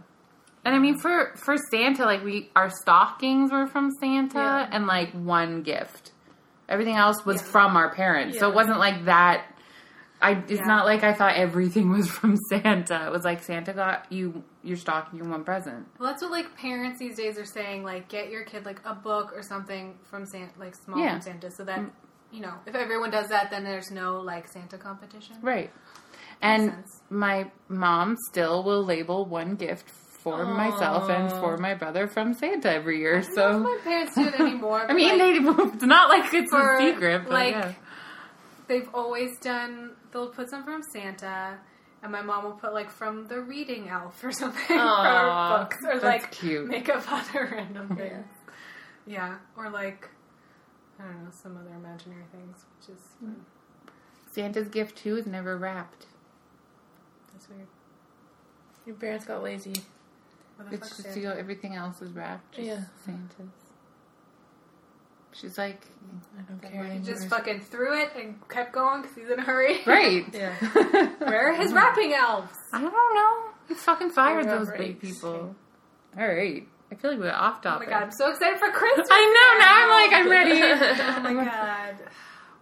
Speaker 9: And I mean for for Santa, like we our stockings were from Santa
Speaker 7: Yeah.
Speaker 9: and like one gift. Everything else was from our parents. So it
Speaker 7: Yeah.
Speaker 9: wasn't like that I it's
Speaker 10: Yeah.
Speaker 9: not like I thought everything [LAUGHS] was from Santa. It was like Santa got you your stocking and one present.
Speaker 10: well, that's what like parents these days are saying. Like, get your kid like a book or something from Santa, like small
Speaker 9: Yeah. Mm.
Speaker 10: from Santa, so that you know if everyone does that, then there's no like Santa competition.
Speaker 9: Right. And
Speaker 10: sense.
Speaker 9: my mom still will label one gift for myself and for my brother from Santa every year.
Speaker 10: Well,
Speaker 9: So [LAUGHS]
Speaker 10: my parents do it anymore.
Speaker 9: I mean,
Speaker 10: like,
Speaker 9: they, [LAUGHS] it's not like it's
Speaker 10: for,
Speaker 9: a secret, but
Speaker 10: like,
Speaker 9: yeah.
Speaker 10: they've always done they'll put some from santa and my mom will put like from the reading elf or [LAUGHS] something for
Speaker 9: Aw,
Speaker 10: our books or
Speaker 9: that's
Speaker 10: like
Speaker 9: cute.
Speaker 10: make up [LAUGHS] other random things yeah. or like i don't know some other imaginary things which is fun.
Speaker 9: Santa's gift too is never wrapped.
Speaker 10: that's weird
Speaker 7: Your parents got lazy.
Speaker 10: what the
Speaker 9: It's
Speaker 10: fuck's
Speaker 9: just
Speaker 10: Santa?
Speaker 9: you know, everything else is wrapped. Just
Speaker 7: Yeah.
Speaker 9: Santa's. She's like, I don't care
Speaker 8: He
Speaker 9: anymore.
Speaker 8: just fucking
Speaker 10: oh
Speaker 8: threw it and kept going because he's in a hurry.
Speaker 9: [LAUGHS] right.
Speaker 7: Yeah.
Speaker 8: Where are
Speaker 9: Uh-huh.
Speaker 8: his wrapping elves?
Speaker 9: I don't know. He fucking fired
Speaker 8: Yeah,
Speaker 9: those
Speaker 8: right.
Speaker 9: big people. All right. I feel like we're off
Speaker 8: Oh my
Speaker 9: topic.
Speaker 8: god, I'm so excited for Christmas.
Speaker 9: I know. Now I'm like,
Speaker 8: oh
Speaker 9: [LAUGHS] I'm
Speaker 8: my
Speaker 9: ready.
Speaker 8: god.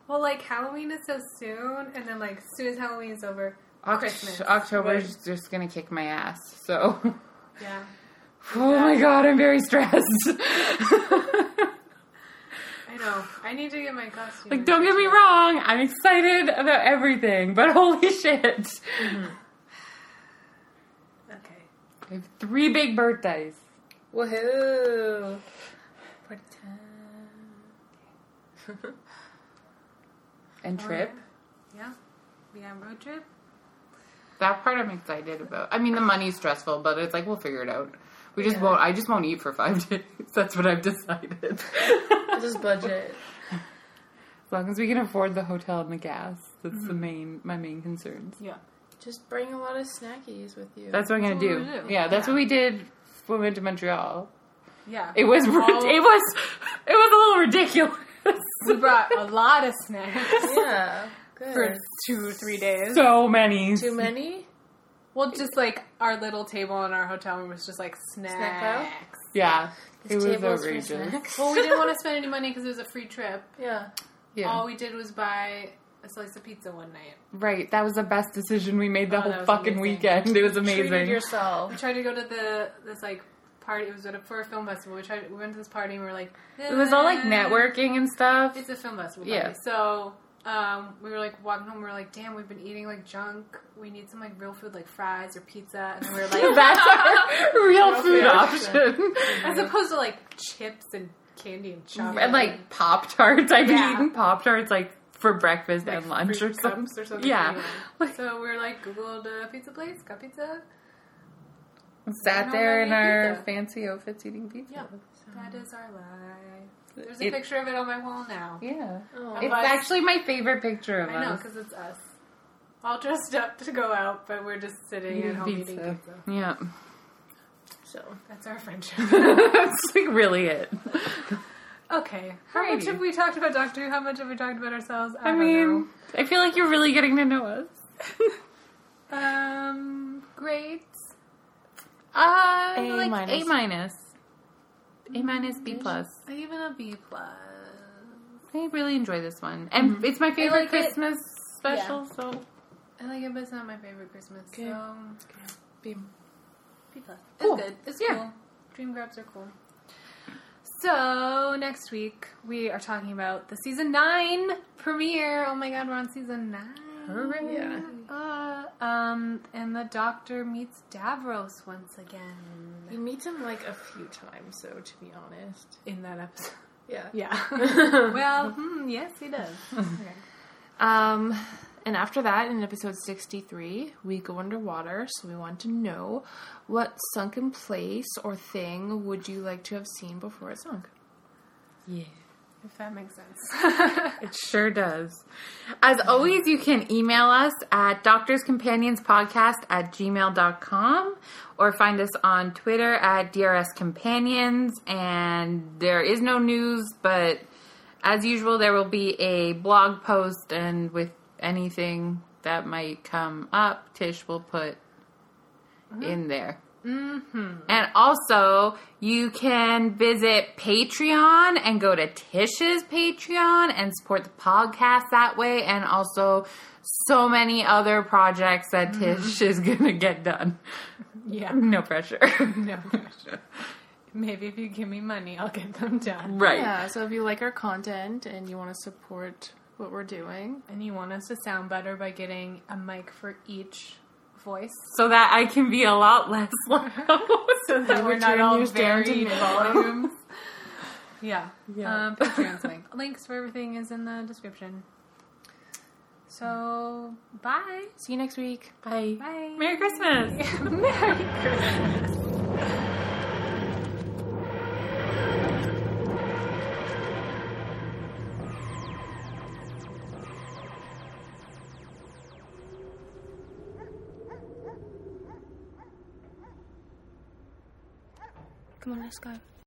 Speaker 8: Well, like Halloween is so soon, and then like as soon as Halloween is over,
Speaker 9: Oct-
Speaker 8: Christmas.
Speaker 9: October's just gonna kick my ass. So, [LAUGHS]
Speaker 8: Yeah.
Speaker 9: oh my god, I'm very [LAUGHS] stressed.
Speaker 8: I know. I need to get my costume.
Speaker 9: like, don't get me wrong, I'm excited about everything, but holy [LAUGHS] shit,
Speaker 8: okay.
Speaker 9: I have three big birthdays.
Speaker 7: Woohoo! [LAUGHS]
Speaker 9: And trip.
Speaker 8: Yeah. We got a road trip.
Speaker 9: That part I'm excited about. I mean, the money's stressful, but it's like we'll figure it out. We just won't. I just won't eat for five [LAUGHS] days. That's what I've decided.
Speaker 7: Just budget.
Speaker 9: As long as we can afford the hotel and the gas, that's the main my main concerns.
Speaker 7: Just bring a lot of snackies with you.
Speaker 9: That's what I'm gonna
Speaker 8: That's what
Speaker 9: do.
Speaker 8: we're gonna do.
Speaker 9: Yeah, that's what we did when we went to Montreal.
Speaker 8: Yeah.
Speaker 9: It was it was it was a little ridiculous.
Speaker 8: we brought a lot of snacks [LAUGHS]
Speaker 7: yeah. Good.
Speaker 8: for two, three days.
Speaker 9: [LAUGHS] So many.
Speaker 7: Too many?
Speaker 8: Well, just like our little table in our hotel room was just like
Speaker 7: pile?
Speaker 8: snacks.
Speaker 9: Yeah, it was
Speaker 7: tables for
Speaker 9: outrageous.
Speaker 7: snacks.
Speaker 8: well, we didn't want to spend any money because it was a free trip.
Speaker 7: Yeah.
Speaker 8: All
Speaker 9: Yeah,
Speaker 8: we did was buy a slice of pizza one night.
Speaker 9: right. That was the best decision we made the
Speaker 8: Oh, that
Speaker 9: whole
Speaker 8: was
Speaker 9: fucking
Speaker 8: amazing.
Speaker 9: weekend. It was
Speaker 7: Treated
Speaker 9: amazing.
Speaker 7: yourself.
Speaker 8: We tried to go to the this like party. It was at a, for a film festival. We tried. We went to this party and we were like,
Speaker 9: It was all like
Speaker 8: "Eh."
Speaker 9: networking and stuff.
Speaker 8: It's a film festival.
Speaker 9: Yeah.
Speaker 8: Party. So um, we were like walking home. We were like, damn, we've been eating like junk. We need some like real food, like fries or pizza. And then we were like,
Speaker 9: [LAUGHS] That's
Speaker 8: [LAUGHS]
Speaker 9: our real food
Speaker 8: food
Speaker 9: option.
Speaker 8: [LAUGHS] as opposed to like chips and candy and chocolate
Speaker 9: and like Pop Tarts. I've been
Speaker 8: Yeah.
Speaker 9: eating Pop Tarts like for breakfast and lunch or
Speaker 8: fruit
Speaker 9: something.
Speaker 8: cups or something.
Speaker 9: Yeah.
Speaker 8: Anyway. [LAUGHS] So we were like googled a pizza place, got pizza.
Speaker 9: Sat
Speaker 8: Don't
Speaker 9: there
Speaker 8: let
Speaker 9: in
Speaker 8: me eat
Speaker 9: our
Speaker 8: that.
Speaker 9: fancy outfits eating pizza.
Speaker 8: Yeah. That is our life. There's a
Speaker 9: It-
Speaker 8: picture of it on my wall now.
Speaker 9: Yeah.
Speaker 8: Of
Speaker 9: It's
Speaker 8: us.
Speaker 9: actually my favorite picture of
Speaker 8: Oh, I know
Speaker 9: us.
Speaker 8: because it's us. All dressed up to go out, but we're just sitting at home eating pizza.
Speaker 9: Yeah. [LAUGHS]
Speaker 7: So,
Speaker 8: That's our friendship. [LAUGHS]
Speaker 9: That's like really it.
Speaker 8: okay. How much
Speaker 9: Alrighty.
Speaker 8: have we talked about Doctor Who? How much have we talked about ourselves? Uh, I,
Speaker 9: I,
Speaker 8: don't
Speaker 9: mean, I feel like you're really getting to know us.
Speaker 8: know. um, great.
Speaker 9: Uh,
Speaker 7: A
Speaker 9: like
Speaker 7: minus.
Speaker 9: A minus. A minus, B plus.
Speaker 8: Even a B plus.
Speaker 9: I really enjoy this one. And it's my favorite
Speaker 8: like it.
Speaker 9: Christmas special, so.
Speaker 8: I like it, but it's not my favorite Christmas. So
Speaker 7: be
Speaker 8: B plus.
Speaker 9: Cool.
Speaker 8: It's good. It's
Speaker 9: Yeah.
Speaker 8: cool. Dream grabs are cool. So next week we are talking about the season nine premiere. Oh my god, we're on season nine.
Speaker 7: Yeah.
Speaker 8: Uh, um, and the Doctor meets Davros once again
Speaker 7: You meet him like a few times, so to be honest.
Speaker 8: in that episode.
Speaker 7: Yeah.
Speaker 8: [LAUGHS]
Speaker 7: [LAUGHS]
Speaker 8: Yeah. well, hmm, yes, he does. Okay.
Speaker 7: Um, and after that, in episode 63, we go underwater, so we want to know what sunken place or thing would you like to have seen before it sunk?
Speaker 9: Yeah.
Speaker 8: If that makes sense.
Speaker 9: It sure does. As always, you can email us at doctorscompanionspodcast at gmail.com or find us on Twitter at DRS Companions. And there is no news, but as usual, there will be a blog post, and with anything that might come up, Tish will put in there. And also, you can visit Patreon and go to Tish's Patreon and support the podcast that way, and also so many other projects that
Speaker 8: Mm-hmm.
Speaker 9: Tish is going to get done. [LAUGHS]
Speaker 8: Yeah.
Speaker 9: No pressure.
Speaker 8: [LAUGHS] No pressure. Maybe if you give me money, I'll get them done.
Speaker 9: right.
Speaker 7: Yeah, so if you like our content and you want to support what we're doing,
Speaker 8: And you want us to sound better by getting a mic for each voice.
Speaker 9: So that I can be a
Speaker 8: [LAUGHS]
Speaker 9: lot less loud.
Speaker 8: so
Speaker 9: [LAUGHS]
Speaker 8: that we're not
Speaker 7: turn
Speaker 8: all
Speaker 7: yours down to
Speaker 8: varied
Speaker 7: mid.
Speaker 8: volumes. yeah.
Speaker 9: Yeah.
Speaker 7: [LAUGHS]
Speaker 8: Um, Patreon's link. Links for everything is in the description. So, bye.
Speaker 7: see you next week.
Speaker 9: Bye.
Speaker 8: Bye.
Speaker 9: Merry Christmas.
Speaker 8: Merry Christmas.
Speaker 3: Come on, let's go.